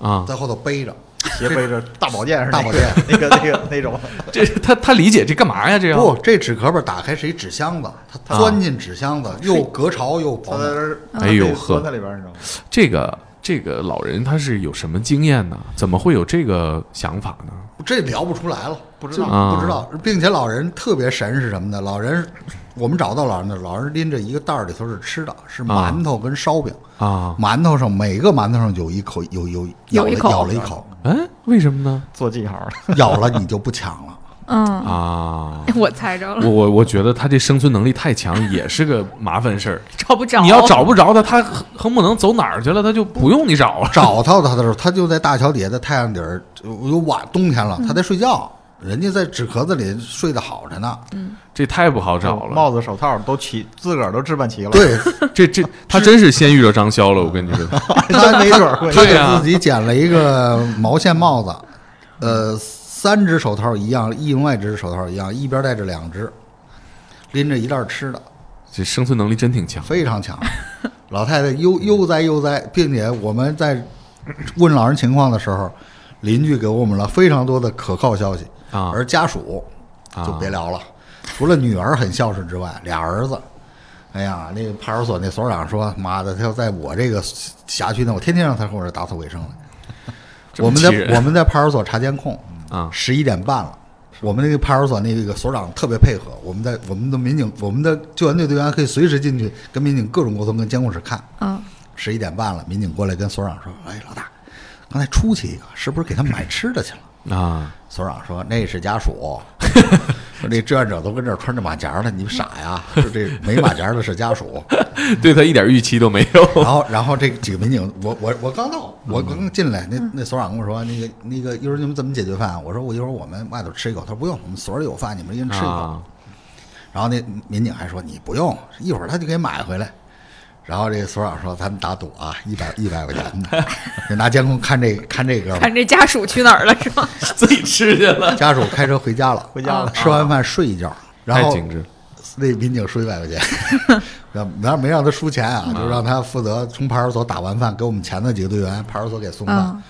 [SPEAKER 7] 啊！
[SPEAKER 2] 在后头背着，
[SPEAKER 4] 斜背着 (laughs) 大宝剑是
[SPEAKER 2] 大宝剑
[SPEAKER 4] 那个那个那种，
[SPEAKER 7] 这他他理解这干嘛呀？这要
[SPEAKER 2] 不，这纸壳儿打开是一纸箱子，她钻进纸箱子，又隔潮又
[SPEAKER 4] 他
[SPEAKER 2] 保
[SPEAKER 4] 啊在
[SPEAKER 2] 暖
[SPEAKER 4] 这儿
[SPEAKER 7] 哎呦
[SPEAKER 4] 他被
[SPEAKER 7] 呵
[SPEAKER 4] 缩在里边儿，你知道吗？
[SPEAKER 7] 这个
[SPEAKER 3] 这个老人他是有什么经验呢？怎么会有这个想法呢？
[SPEAKER 2] 这聊不出来了，
[SPEAKER 4] 不知
[SPEAKER 2] 就
[SPEAKER 4] 道
[SPEAKER 3] 啊
[SPEAKER 2] 不知道，并且老人特别神是什么呢？老人，我们找到老人的，老人拎着一个袋儿里头是吃的，是
[SPEAKER 3] 啊
[SPEAKER 2] 馒头跟烧饼，
[SPEAKER 3] 啊，
[SPEAKER 2] 馒头上每个馒头上有一口，有有咬
[SPEAKER 5] 有
[SPEAKER 2] 了
[SPEAKER 5] 一口
[SPEAKER 2] 咬了一口， (laughs)
[SPEAKER 3] 嗯，为什么呢？
[SPEAKER 4] 做记号的，
[SPEAKER 2] 咬了你就不抢了。
[SPEAKER 5] 嗯，
[SPEAKER 3] 啊，
[SPEAKER 5] (laughs) 我猜着
[SPEAKER 3] 我
[SPEAKER 5] 了，
[SPEAKER 3] 我我觉得他这生存能力太强，也是个麻烦事儿。
[SPEAKER 5] 找不着。
[SPEAKER 3] 你要找不着他，他横横不能走哪儿去了，他就不用你找了。
[SPEAKER 2] 找到他的时候，他就在大桥底下，在太阳底儿，有晚冬天
[SPEAKER 5] 嗯
[SPEAKER 2] 了，他在睡觉，人家在纸壳子里睡得好着呢。
[SPEAKER 3] (laughs)
[SPEAKER 5] 嗯
[SPEAKER 3] 这太不好找了。
[SPEAKER 4] 帽子、手套都齐，自个儿都置办齐 (laughs) 了。，
[SPEAKER 5] (laughs)
[SPEAKER 2] 对，
[SPEAKER 3] 这这他真是先遇着张潇了，我跟你 (laughs) 说。
[SPEAKER 2] 他
[SPEAKER 4] 没准
[SPEAKER 2] 他
[SPEAKER 4] 儿会
[SPEAKER 2] 他
[SPEAKER 3] 对呀
[SPEAKER 2] 给自己剪了一个毛线帽子，呃，三只手套一样，另外一只手套一样，一边带着两只，拎着一袋吃的，
[SPEAKER 3] 这生存能力真挺强。
[SPEAKER 2] 非常强。老太太悠悠哉悠哉，并且我们在问老人情况的时候，邻居给我们了非常多的可靠消息
[SPEAKER 3] 啊
[SPEAKER 2] 而家属就别聊了，除了女儿很孝顺之外，俩儿子。哎呀，那个派出所那所长说：“妈的，他要在我这个辖区呢，我天天让他给我这打扫卫生来。”
[SPEAKER 3] 这么
[SPEAKER 2] 我们
[SPEAKER 3] 气人
[SPEAKER 2] 在我们在派出所查监控，
[SPEAKER 3] 啊
[SPEAKER 2] 十一点半了。我们那个派出所那个所长特别配合，我们在我们的民警、我们的救援队队员可以随时进去跟民警各种沟通，跟监控室看。
[SPEAKER 5] 嗯，
[SPEAKER 2] 十一点半了，民警过来跟所长说：“哎，老大，刚才出去一个，是不是给他们买吃的去了
[SPEAKER 3] 啊，？” (laughs)
[SPEAKER 2] 所长说：“那是家属， (laughs) 说这志愿者都跟这儿穿着马甲呢，你们傻呀？说这没马甲的是家属。”
[SPEAKER 3] 对他一点预期都没 (laughs) 有。
[SPEAKER 2] 然后，然后这几个民警，我我我刚到，我刚进来，那那所长跟我说，那个那个，一会儿你们怎么解决饭啊？我说我一会儿我们外头吃一口。他说不用，我们所里有饭，你们一人吃一口。
[SPEAKER 3] 啊
[SPEAKER 2] 然后那民警还说你不用，一会儿他就给买回来。然后这所长说咱们打赌啊，一百一百块钱的， (laughs) 就拿监控看这看这哥们儿
[SPEAKER 5] 看这家属去哪儿了是吗？
[SPEAKER 3] (laughs) 自己吃去了，
[SPEAKER 2] 家属开车回家了，
[SPEAKER 4] 回家了，
[SPEAKER 2] 吃完饭睡一觉，然
[SPEAKER 3] 太
[SPEAKER 2] 后
[SPEAKER 3] 精致。
[SPEAKER 2] 那民警输一百块钱，然后没让他输钱啊，
[SPEAKER 4] 嗯
[SPEAKER 2] 就让他负责从派出所打完饭给我们前的几个队员，派出所给送饭。
[SPEAKER 5] 嗯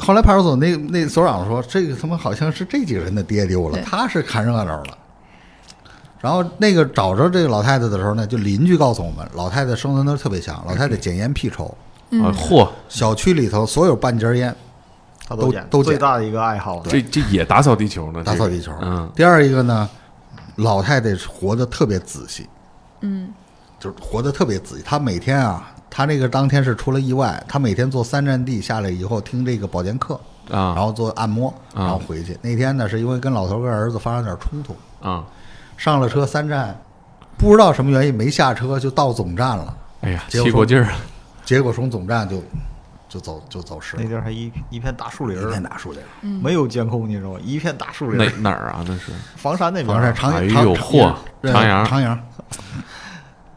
[SPEAKER 2] 后来派出所那那所长说，这个他妈好像是这几个人的爹丢了
[SPEAKER 5] 对，
[SPEAKER 2] 他是看热闹了。然后那个找着这个老太太的时候呢，就邻居告诉我们，老太太生存能力特别强，老太太
[SPEAKER 3] 嗯
[SPEAKER 2] 捡烟屁抽，
[SPEAKER 3] 啊，嚯，
[SPEAKER 2] 小区里头所有半截烟
[SPEAKER 4] 他
[SPEAKER 2] 都
[SPEAKER 4] 捡，
[SPEAKER 2] 都
[SPEAKER 4] 最
[SPEAKER 2] 捡
[SPEAKER 4] 大的一个爱好。
[SPEAKER 3] 这这也打扫地球呢，
[SPEAKER 2] 打扫
[SPEAKER 3] 这
[SPEAKER 2] 地
[SPEAKER 3] 个
[SPEAKER 2] 球。
[SPEAKER 3] 嗯，
[SPEAKER 2] 第二一个呢，老太太活得特别仔细，
[SPEAKER 5] 嗯，
[SPEAKER 2] 就是活得特别仔细。她每天啊，她那个当天是出了意外，她每天做三站地下来以后听这个保健课，
[SPEAKER 3] 啊
[SPEAKER 2] 然后做按摩，然后回去。那天呢，是因为跟老头跟儿子发生点冲突，
[SPEAKER 3] 啊，
[SPEAKER 2] 上了车三站，不知道什么原因没下车就到总站了，
[SPEAKER 3] 哎呀，
[SPEAKER 2] 结果
[SPEAKER 3] 气过劲儿啊！
[SPEAKER 2] 结果从总站就就走就走失
[SPEAKER 4] 那
[SPEAKER 3] 哎
[SPEAKER 2] 了，
[SPEAKER 4] 地儿还一一片大树林
[SPEAKER 2] 一
[SPEAKER 4] 儿
[SPEAKER 2] 片，大树林，
[SPEAKER 4] 没有监控，你知道吗？一片大树林
[SPEAKER 3] 哪
[SPEAKER 4] 儿，
[SPEAKER 3] 哪儿啊？那是
[SPEAKER 4] 房山那边
[SPEAKER 2] 房
[SPEAKER 4] 儿。
[SPEAKER 2] 山长
[SPEAKER 3] 哎
[SPEAKER 2] 阳
[SPEAKER 3] 呦
[SPEAKER 2] 长
[SPEAKER 3] 嚯
[SPEAKER 2] 长
[SPEAKER 3] 长阳
[SPEAKER 2] 长阳。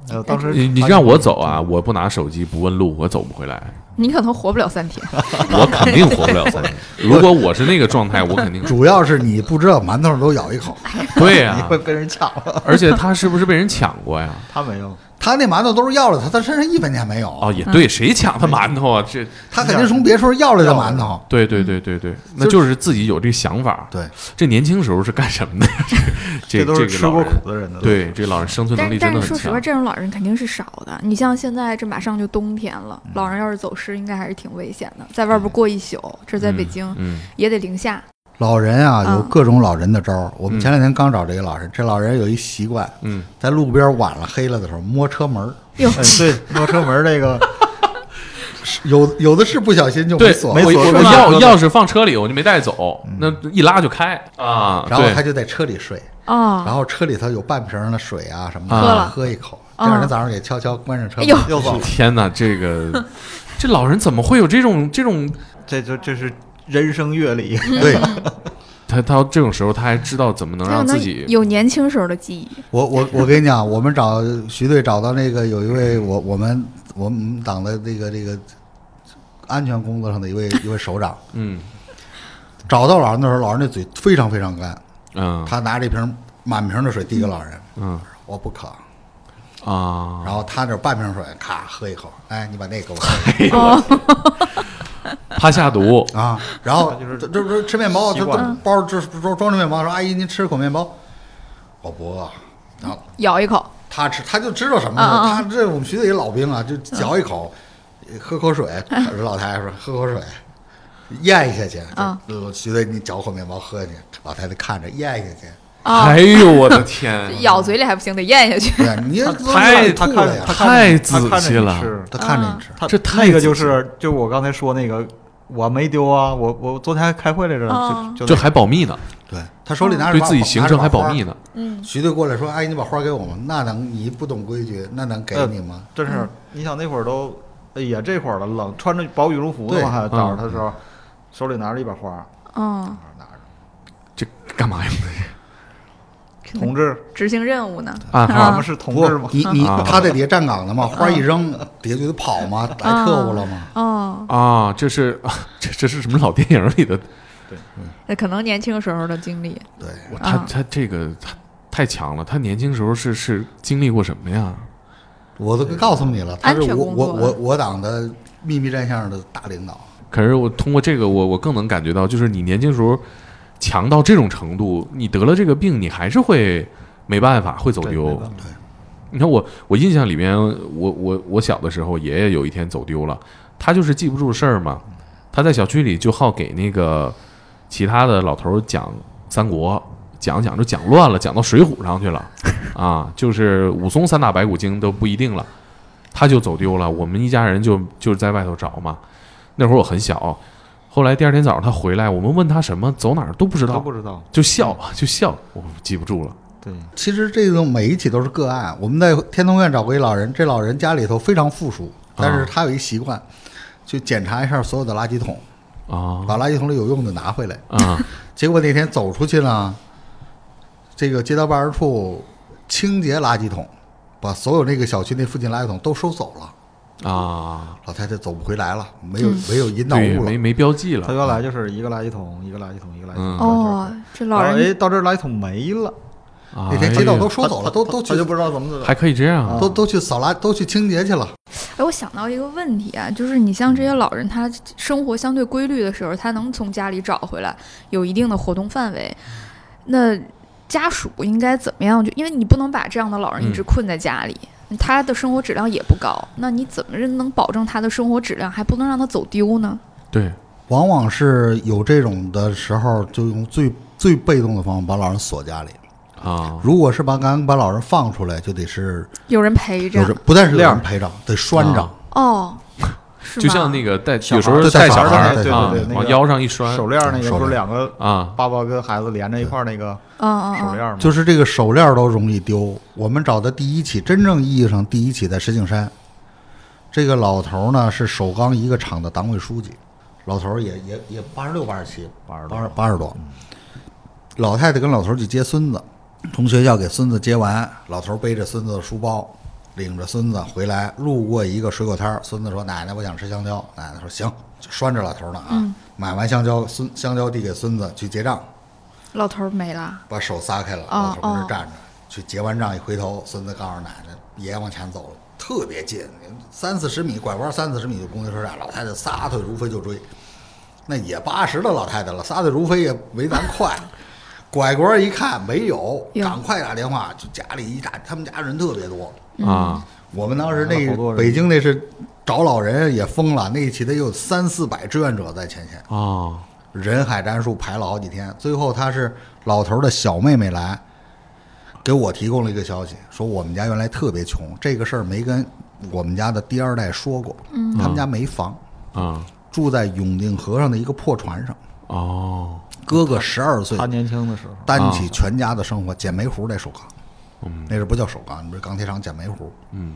[SPEAKER 4] 哎呦当时
[SPEAKER 3] 你你让我走啊，我不拿手机不问路，我走不回来，
[SPEAKER 5] 你可能活不了三天。
[SPEAKER 3] 我肯定活不了三天。如果我是那个状态，我肯定
[SPEAKER 2] 主要是你不知道馒头上都咬一口，
[SPEAKER 3] 对
[SPEAKER 4] 你
[SPEAKER 3] 呀
[SPEAKER 4] 会。被人抢了。
[SPEAKER 3] 而且他是不是被人抢过呀？
[SPEAKER 4] 他没有，
[SPEAKER 2] 他那馒头都是要了他，他身上一分钱没有。
[SPEAKER 3] 哦，也对，谁抢他馒头啊？这，
[SPEAKER 2] 他肯定是从别处要来的馒头。
[SPEAKER 3] 对对对对对，那就是自己有这想法。
[SPEAKER 2] 对，
[SPEAKER 3] 这年轻时候是干什么的？这
[SPEAKER 4] 都
[SPEAKER 3] 这
[SPEAKER 4] 是
[SPEAKER 3] 个
[SPEAKER 4] 吃
[SPEAKER 3] 老
[SPEAKER 4] 过
[SPEAKER 3] 人，
[SPEAKER 4] 苦的人的。，
[SPEAKER 3] 对，这老人生存能
[SPEAKER 5] 但
[SPEAKER 3] 力
[SPEAKER 5] 是
[SPEAKER 3] 真
[SPEAKER 5] 但
[SPEAKER 3] 的
[SPEAKER 5] 是
[SPEAKER 3] 很
[SPEAKER 5] 说实话，
[SPEAKER 3] 强。
[SPEAKER 5] 这种老人肯定是少的。你像现在这马上就冬天了，老人要是走失，应该还是挺危险的，在外边过一宿，这在北京
[SPEAKER 3] 嗯，
[SPEAKER 5] 也得零下。
[SPEAKER 2] 老人啊，
[SPEAKER 5] 嗯
[SPEAKER 2] 有各种老人的招儿。我们
[SPEAKER 3] 嗯
[SPEAKER 2] 前两天刚找这个老人，这老人有一习惯，
[SPEAKER 3] 嗯
[SPEAKER 2] 在路边晚了黑了的时候摸车门儿，
[SPEAKER 5] 哟，
[SPEAKER 4] 哎对，摸车门儿这个，
[SPEAKER 2] 有有的是不小心就
[SPEAKER 3] 嗯，
[SPEAKER 2] 没
[SPEAKER 3] 对，
[SPEAKER 2] 锁
[SPEAKER 3] 我
[SPEAKER 4] 没，
[SPEAKER 2] 了
[SPEAKER 4] 锁
[SPEAKER 3] 我
[SPEAKER 4] 是吧
[SPEAKER 3] 钥钥匙放车里，我就没带走，那一拉就开啊。
[SPEAKER 2] 嗯然后
[SPEAKER 3] 对
[SPEAKER 2] 他就在车里睡，然
[SPEAKER 5] 哦，
[SPEAKER 2] 后车里头有半瓶儿的水啊什么的，
[SPEAKER 3] 啊
[SPEAKER 5] 喝了
[SPEAKER 2] 喝一口。第二天早上给悄悄关上车
[SPEAKER 5] 哎
[SPEAKER 2] 门
[SPEAKER 5] 呦，
[SPEAKER 4] 又走，
[SPEAKER 3] 天哪，这
[SPEAKER 2] (laughs)
[SPEAKER 3] 个这老人怎么会有这种这种？
[SPEAKER 4] 这就这是人生阅历。
[SPEAKER 2] 对
[SPEAKER 3] 他到这种时候，他还知道怎么能
[SPEAKER 5] 他可
[SPEAKER 3] 让
[SPEAKER 5] 能
[SPEAKER 3] 自己
[SPEAKER 5] 有年轻时候的
[SPEAKER 3] (laughs)
[SPEAKER 5] 记忆。
[SPEAKER 2] 我我我跟你讲，我们找徐队找到那个有一位我我们我们党的这个这个安全工作上的一位一位首长，
[SPEAKER 3] 嗯
[SPEAKER 2] 找到老人的时候，老人那嘴非常非常干，
[SPEAKER 3] 嗯
[SPEAKER 2] 他拿这瓶满瓶的水递给老人，
[SPEAKER 3] 嗯
[SPEAKER 2] 我不渴。
[SPEAKER 3] 啊，
[SPEAKER 2] 然后他那半瓶水，咔喝一口，哎，你把那给我
[SPEAKER 5] 哦
[SPEAKER 3] 怕下毒
[SPEAKER 2] 啊。然后
[SPEAKER 4] 就是
[SPEAKER 2] 这这这吃面包，
[SPEAKER 4] 习
[SPEAKER 2] 他
[SPEAKER 4] 惯
[SPEAKER 2] 他
[SPEAKER 4] 了
[SPEAKER 2] 包这装装着面包，说阿姨您吃口面包，我不饿。然后
[SPEAKER 5] 咬一口，
[SPEAKER 2] 他吃，他就知道什么
[SPEAKER 5] 啊啊
[SPEAKER 2] 了。
[SPEAKER 5] 啊
[SPEAKER 2] 他这我们徐队也老兵啊，就嚼一口，喝口水。老太太说：“喝口水，咽下去。
[SPEAKER 5] 嗯
[SPEAKER 2] 就徐队，你嚼口面包喝下去。”老太太看着咽下去。
[SPEAKER 5] 啊，
[SPEAKER 3] 哎呦我的
[SPEAKER 2] (laughs)
[SPEAKER 3] 天
[SPEAKER 5] 咬嘴里还不行，得咽下去。
[SPEAKER 2] 对，你
[SPEAKER 4] 他
[SPEAKER 2] 都
[SPEAKER 3] 太
[SPEAKER 4] (laughs) 他
[SPEAKER 2] 吐
[SPEAKER 4] 看
[SPEAKER 2] 了
[SPEAKER 4] 着
[SPEAKER 2] 呀
[SPEAKER 4] 他看着
[SPEAKER 3] 太仔
[SPEAKER 4] 他看着
[SPEAKER 3] 细
[SPEAKER 4] 你
[SPEAKER 3] 了
[SPEAKER 4] 吃
[SPEAKER 2] 他看
[SPEAKER 5] 嗯
[SPEAKER 2] 着你吃。
[SPEAKER 4] 他
[SPEAKER 3] 这太
[SPEAKER 4] 那个
[SPEAKER 3] 仔
[SPEAKER 4] 就
[SPEAKER 3] 细
[SPEAKER 4] 是就我刚才说那个，我没丢啊，我我昨天还开会来着，
[SPEAKER 5] 哦
[SPEAKER 4] 就就
[SPEAKER 3] 这
[SPEAKER 4] 那
[SPEAKER 3] 还保密呢，
[SPEAKER 2] 对他手里拿着
[SPEAKER 3] 对
[SPEAKER 2] 把
[SPEAKER 3] 自己行程还保密。
[SPEAKER 2] 拿着把花
[SPEAKER 3] 呢。
[SPEAKER 5] 嗯，
[SPEAKER 2] 徐队过来说：“阿姨，你把花给我吗？”那能，你不懂规矩，那能给
[SPEAKER 3] 呃
[SPEAKER 2] 你吗？
[SPEAKER 4] 真是，
[SPEAKER 5] 嗯
[SPEAKER 4] 你想那会儿都，哎呀这会儿了，冷，穿着薄羽绒服呢
[SPEAKER 2] 对
[SPEAKER 4] 嘛，还
[SPEAKER 3] 嗯
[SPEAKER 4] 找着他的时候，手里拿着一把花，
[SPEAKER 5] 哦，
[SPEAKER 4] 拿着
[SPEAKER 3] 这干嘛
[SPEAKER 2] (laughs)
[SPEAKER 3] 呀？
[SPEAKER 4] 同志，
[SPEAKER 5] 执行任务呢？
[SPEAKER 3] 啊
[SPEAKER 4] 我
[SPEAKER 5] 嗯啊
[SPEAKER 4] 们是同
[SPEAKER 2] 不
[SPEAKER 4] 志嘛，，
[SPEAKER 2] 你你
[SPEAKER 3] 啊
[SPEAKER 2] 他在底下站岗呢嘛，花
[SPEAKER 5] 嗯
[SPEAKER 2] 一扔，底下就得跑嘛，来特务了嘛。
[SPEAKER 5] 哦，
[SPEAKER 3] 啊，这是 (laughs) 这这是什么老电影里的？
[SPEAKER 5] 那可能年轻时候的经历，
[SPEAKER 2] 对，
[SPEAKER 3] 我他
[SPEAKER 5] 啊
[SPEAKER 3] 他这个他太强了，他年轻时候是是经历过什么呀？
[SPEAKER 2] 我都告诉你了，他是
[SPEAKER 5] 安全
[SPEAKER 2] 我
[SPEAKER 5] 工作
[SPEAKER 2] 我我我党的秘密战线的大领导。
[SPEAKER 3] 可是我通过这个，我我更能感觉到，就是你年轻时候强到这种程度，你得了这个病，你还是会没办法，会走
[SPEAKER 4] 对没
[SPEAKER 3] 丢
[SPEAKER 4] 办。法
[SPEAKER 3] 你看我，我印象里面，我我我小的时候，爷爷有一天走丢了，他就是记不住事儿嘛，他在小区里就好给那个其他的老头儿讲三国，讲讲就讲乱了，讲到水浒上去了，啊，就是武松三打白骨精都不一定了，他就走丢了，我们一家人就就是在外头找嘛，那会儿我很小，后来第二天早上他回来，我们问他什么走哪儿都不知
[SPEAKER 4] 都
[SPEAKER 3] 道
[SPEAKER 4] 不，知道，
[SPEAKER 3] 就笑就笑，我记不住了，
[SPEAKER 4] 对，
[SPEAKER 2] 其实这种每一起都是个案。我们在天通苑找过一老人，这老人家里头非常富庶，但
[SPEAKER 3] 啊
[SPEAKER 2] 是他有一习惯，就检查一下所有的垃圾桶，
[SPEAKER 3] 啊
[SPEAKER 2] 把垃圾桶里有用的拿回来。
[SPEAKER 3] 啊，
[SPEAKER 2] 结果那天走出去呢，这个街道办事处清洁垃圾桶，把所有那个小区那附近垃圾桶都收走了。
[SPEAKER 3] 啊，
[SPEAKER 2] 老太太走不回来了，没有、没有引导
[SPEAKER 3] 对，
[SPEAKER 2] 物
[SPEAKER 3] 没
[SPEAKER 2] 了。
[SPEAKER 3] 没标记了
[SPEAKER 4] 他。原来就是一个垃圾桶，一个垃圾桶，一个垃圾
[SPEAKER 3] 嗯
[SPEAKER 4] 桶，
[SPEAKER 5] 哦，这老
[SPEAKER 4] 然后哎，
[SPEAKER 5] 人
[SPEAKER 4] 到这儿垃圾桶没了，
[SPEAKER 3] 那
[SPEAKER 2] 那天街道都收走了，
[SPEAKER 4] 哎他
[SPEAKER 2] 都
[SPEAKER 4] 他
[SPEAKER 2] 都
[SPEAKER 4] 他
[SPEAKER 2] 去
[SPEAKER 4] 就不知道怎么走，
[SPEAKER 3] 啊哎还可以这样啊
[SPEAKER 2] 都都去扫垃，都去清洁去了。
[SPEAKER 5] 哎，我想到一个问题啊，就是你像
[SPEAKER 3] 嗯
[SPEAKER 5] 这些老人，他生活相对规律的时候，他能从家里找回来，有一定的活动范围，
[SPEAKER 3] 嗯
[SPEAKER 5] 那家属应该怎么样？就因为你不能把这样的老人一
[SPEAKER 3] 嗯
[SPEAKER 5] 直困在家里。他的生活质量也不高，那你怎么能保证他的生活质量，还不能让他走丢呢？
[SPEAKER 3] 对，
[SPEAKER 2] 往往是有这种的时候，就用最最被动的方法把老人锁家里。
[SPEAKER 3] 啊，
[SPEAKER 2] 如果是把敢把老人放出来，就得是
[SPEAKER 5] 有人陪着
[SPEAKER 2] 有人，不但是有
[SPEAKER 4] 链
[SPEAKER 2] 人
[SPEAKER 4] 儿
[SPEAKER 2] 陪着，得拴着
[SPEAKER 3] 啊。
[SPEAKER 5] 哦，是
[SPEAKER 3] 就像那
[SPEAKER 5] 个
[SPEAKER 3] 个带
[SPEAKER 4] 小孩儿
[SPEAKER 3] 有时候
[SPEAKER 2] 对
[SPEAKER 3] 带
[SPEAKER 2] 小
[SPEAKER 3] 小
[SPEAKER 2] 孩儿
[SPEAKER 3] 孩儿
[SPEAKER 2] 对对
[SPEAKER 3] 啊
[SPEAKER 2] 对对
[SPEAKER 4] 那个
[SPEAKER 3] 往腰上一拴
[SPEAKER 4] 手链儿那个
[SPEAKER 2] 手
[SPEAKER 4] 不是
[SPEAKER 2] 链
[SPEAKER 4] 两个
[SPEAKER 3] 啊，
[SPEAKER 4] 爸爸跟孩子连着一块儿那个
[SPEAKER 5] 嗯
[SPEAKER 4] 手
[SPEAKER 5] 嗯
[SPEAKER 4] 链
[SPEAKER 5] 嗯，
[SPEAKER 4] 儿吗？
[SPEAKER 2] 就是这个手链都容易丢。我们找的第一起，真正意义上第一起在石景山，这个老头儿呢是首钢一个厂的党委书记，老头儿也也也八十六八十七
[SPEAKER 4] 80多
[SPEAKER 2] 八八十多，老太太跟老头儿去接孙子，从学校给孙子接完，老头儿背着孙子的书包。领着孙子回来，路过一个水果摊儿，孙子说：“奶奶，我想吃香蕉。”奶奶说：“行。”就拴着老头儿呢啊，买完香蕉，孙香蕉递给孙子去结账，
[SPEAKER 5] 老头儿没了，
[SPEAKER 2] 把手撒开了，老
[SPEAKER 5] 哦
[SPEAKER 2] 头儿那站着，去结完账一回头，孙子告诉奶奶，爷爷往前走了，特别近，三四十米拐弯三四十米就公交车站，老太太撒腿如飞就追，那也八十的老太太了，撒腿如飞也没咱
[SPEAKER 5] (laughs)
[SPEAKER 2] 快。拐个弯一看没有，
[SPEAKER 5] 哟
[SPEAKER 2] 赶快打电话，就家里一打，他们家人特别多。
[SPEAKER 3] 啊，
[SPEAKER 2] 我们当时那
[SPEAKER 4] 好多人
[SPEAKER 2] 北京那是找老人也疯了，那一起得有三四百志愿者在前线。
[SPEAKER 3] 啊，
[SPEAKER 2] 人海战术排了好几天，最后他是老头儿的小妹妹来，给我提供了一个消息，说我们家原来特别穷，这个事儿没跟我们家的第二代说过，他们家没房，
[SPEAKER 3] 啊，
[SPEAKER 2] 住在永定河上的一个破船上，
[SPEAKER 3] 哦，
[SPEAKER 2] 哥哥十二岁
[SPEAKER 4] 他啊年轻的时候，
[SPEAKER 2] 担起全家的生活，捡煤糊在首钢，
[SPEAKER 4] 嗯
[SPEAKER 2] 那时候不叫首钢，不是钢铁厂捡煤糊，嗯。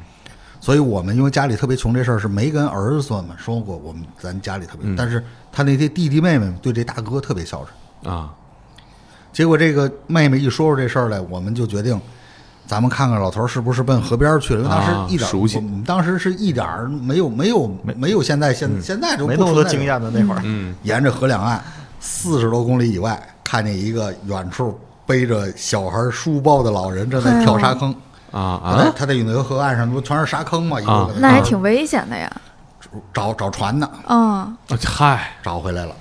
[SPEAKER 2] 所以我们因为家里特别穷这事儿是没跟儿子们说过，我们咱家里特别，
[SPEAKER 4] 嗯
[SPEAKER 2] 穷，但是他那些弟弟妹妹们对这大哥特别孝顺。
[SPEAKER 3] 啊，
[SPEAKER 2] 结果这个妹妹一说出这事儿来，我们就决定，咱们看看老头儿是不是奔河边儿去了。因为当时一点儿、
[SPEAKER 3] 啊熟悉
[SPEAKER 2] 我们当时是一点儿没有没有没有现在现、现在就不
[SPEAKER 4] 没那么
[SPEAKER 2] 存
[SPEAKER 4] 多
[SPEAKER 2] 在
[SPEAKER 4] 经
[SPEAKER 2] 了。
[SPEAKER 4] 验的那会儿，嗯
[SPEAKER 2] 沿着河两岸四十多公里以外，看见一个远处背着小孩书包的老人正在跳沙坑。
[SPEAKER 3] 啊
[SPEAKER 2] 他在
[SPEAKER 3] 啊，
[SPEAKER 2] 他在永德河岸上，不全是沙坑嘛，一
[SPEAKER 3] 啊
[SPEAKER 2] 个个
[SPEAKER 5] 那还挺危险的呀。
[SPEAKER 2] 找找船呢，
[SPEAKER 5] 嗯，
[SPEAKER 3] 嗨，
[SPEAKER 2] 找回来了，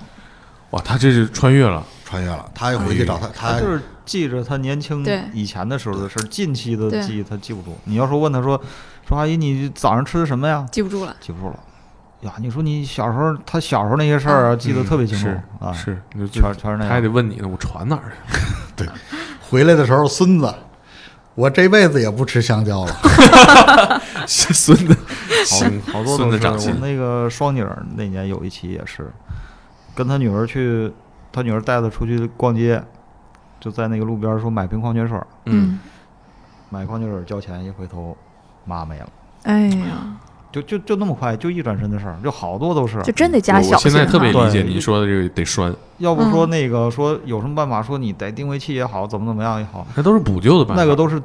[SPEAKER 3] 哇，他这是穿越了，
[SPEAKER 2] 穿越了。他又回去找他，他
[SPEAKER 4] (laughs) 他就是记着他年轻
[SPEAKER 5] 对
[SPEAKER 4] 以前的时候的事儿，近期的
[SPEAKER 5] 对
[SPEAKER 4] 记忆他记不住。你要说问他说，说阿姨你早上吃的什么呀？
[SPEAKER 5] 记不住了。
[SPEAKER 4] 记不住了，呀，你说你小时候他小时候那些事
[SPEAKER 5] 嗯
[SPEAKER 4] 儿记得特别清楚、啊，
[SPEAKER 3] 嗯是，就
[SPEAKER 4] 全全是
[SPEAKER 3] 他
[SPEAKER 4] 那样
[SPEAKER 3] 还得问你呢，我传哪儿去？
[SPEAKER 2] 回来的时候，孙子，我这辈子也不吃香蕉了。
[SPEAKER 3] 啊 (laughs)
[SPEAKER 7] 孙
[SPEAKER 4] (laughs)
[SPEAKER 7] 子，
[SPEAKER 3] 好好多
[SPEAKER 7] 孙
[SPEAKER 3] 都
[SPEAKER 7] 子
[SPEAKER 3] 是
[SPEAKER 7] 长
[SPEAKER 3] 我
[SPEAKER 4] 我
[SPEAKER 7] 心
[SPEAKER 4] 们。那个双井儿那年有一期也是，跟他女儿去，他女儿带他出去逛街，就在那个路边儿说买瓶矿泉水儿，
[SPEAKER 3] 嗯，
[SPEAKER 4] 买矿泉水儿交钱，一回头，妈没了。
[SPEAKER 5] 哎呀，
[SPEAKER 4] 就就就那么快，就一转身的事儿，就好多都是。
[SPEAKER 5] 就真得
[SPEAKER 3] 我
[SPEAKER 5] 加小
[SPEAKER 3] 我
[SPEAKER 5] 心
[SPEAKER 3] 现
[SPEAKER 5] 哈。
[SPEAKER 3] 在特别理解
[SPEAKER 4] 对
[SPEAKER 3] 您说的这个得拴，
[SPEAKER 4] 要不说
[SPEAKER 5] 嗯
[SPEAKER 4] 那个说有什么办法，说你得定位器也好，怎么怎么样也好，
[SPEAKER 3] 那都是补救的办法。
[SPEAKER 4] 那个都是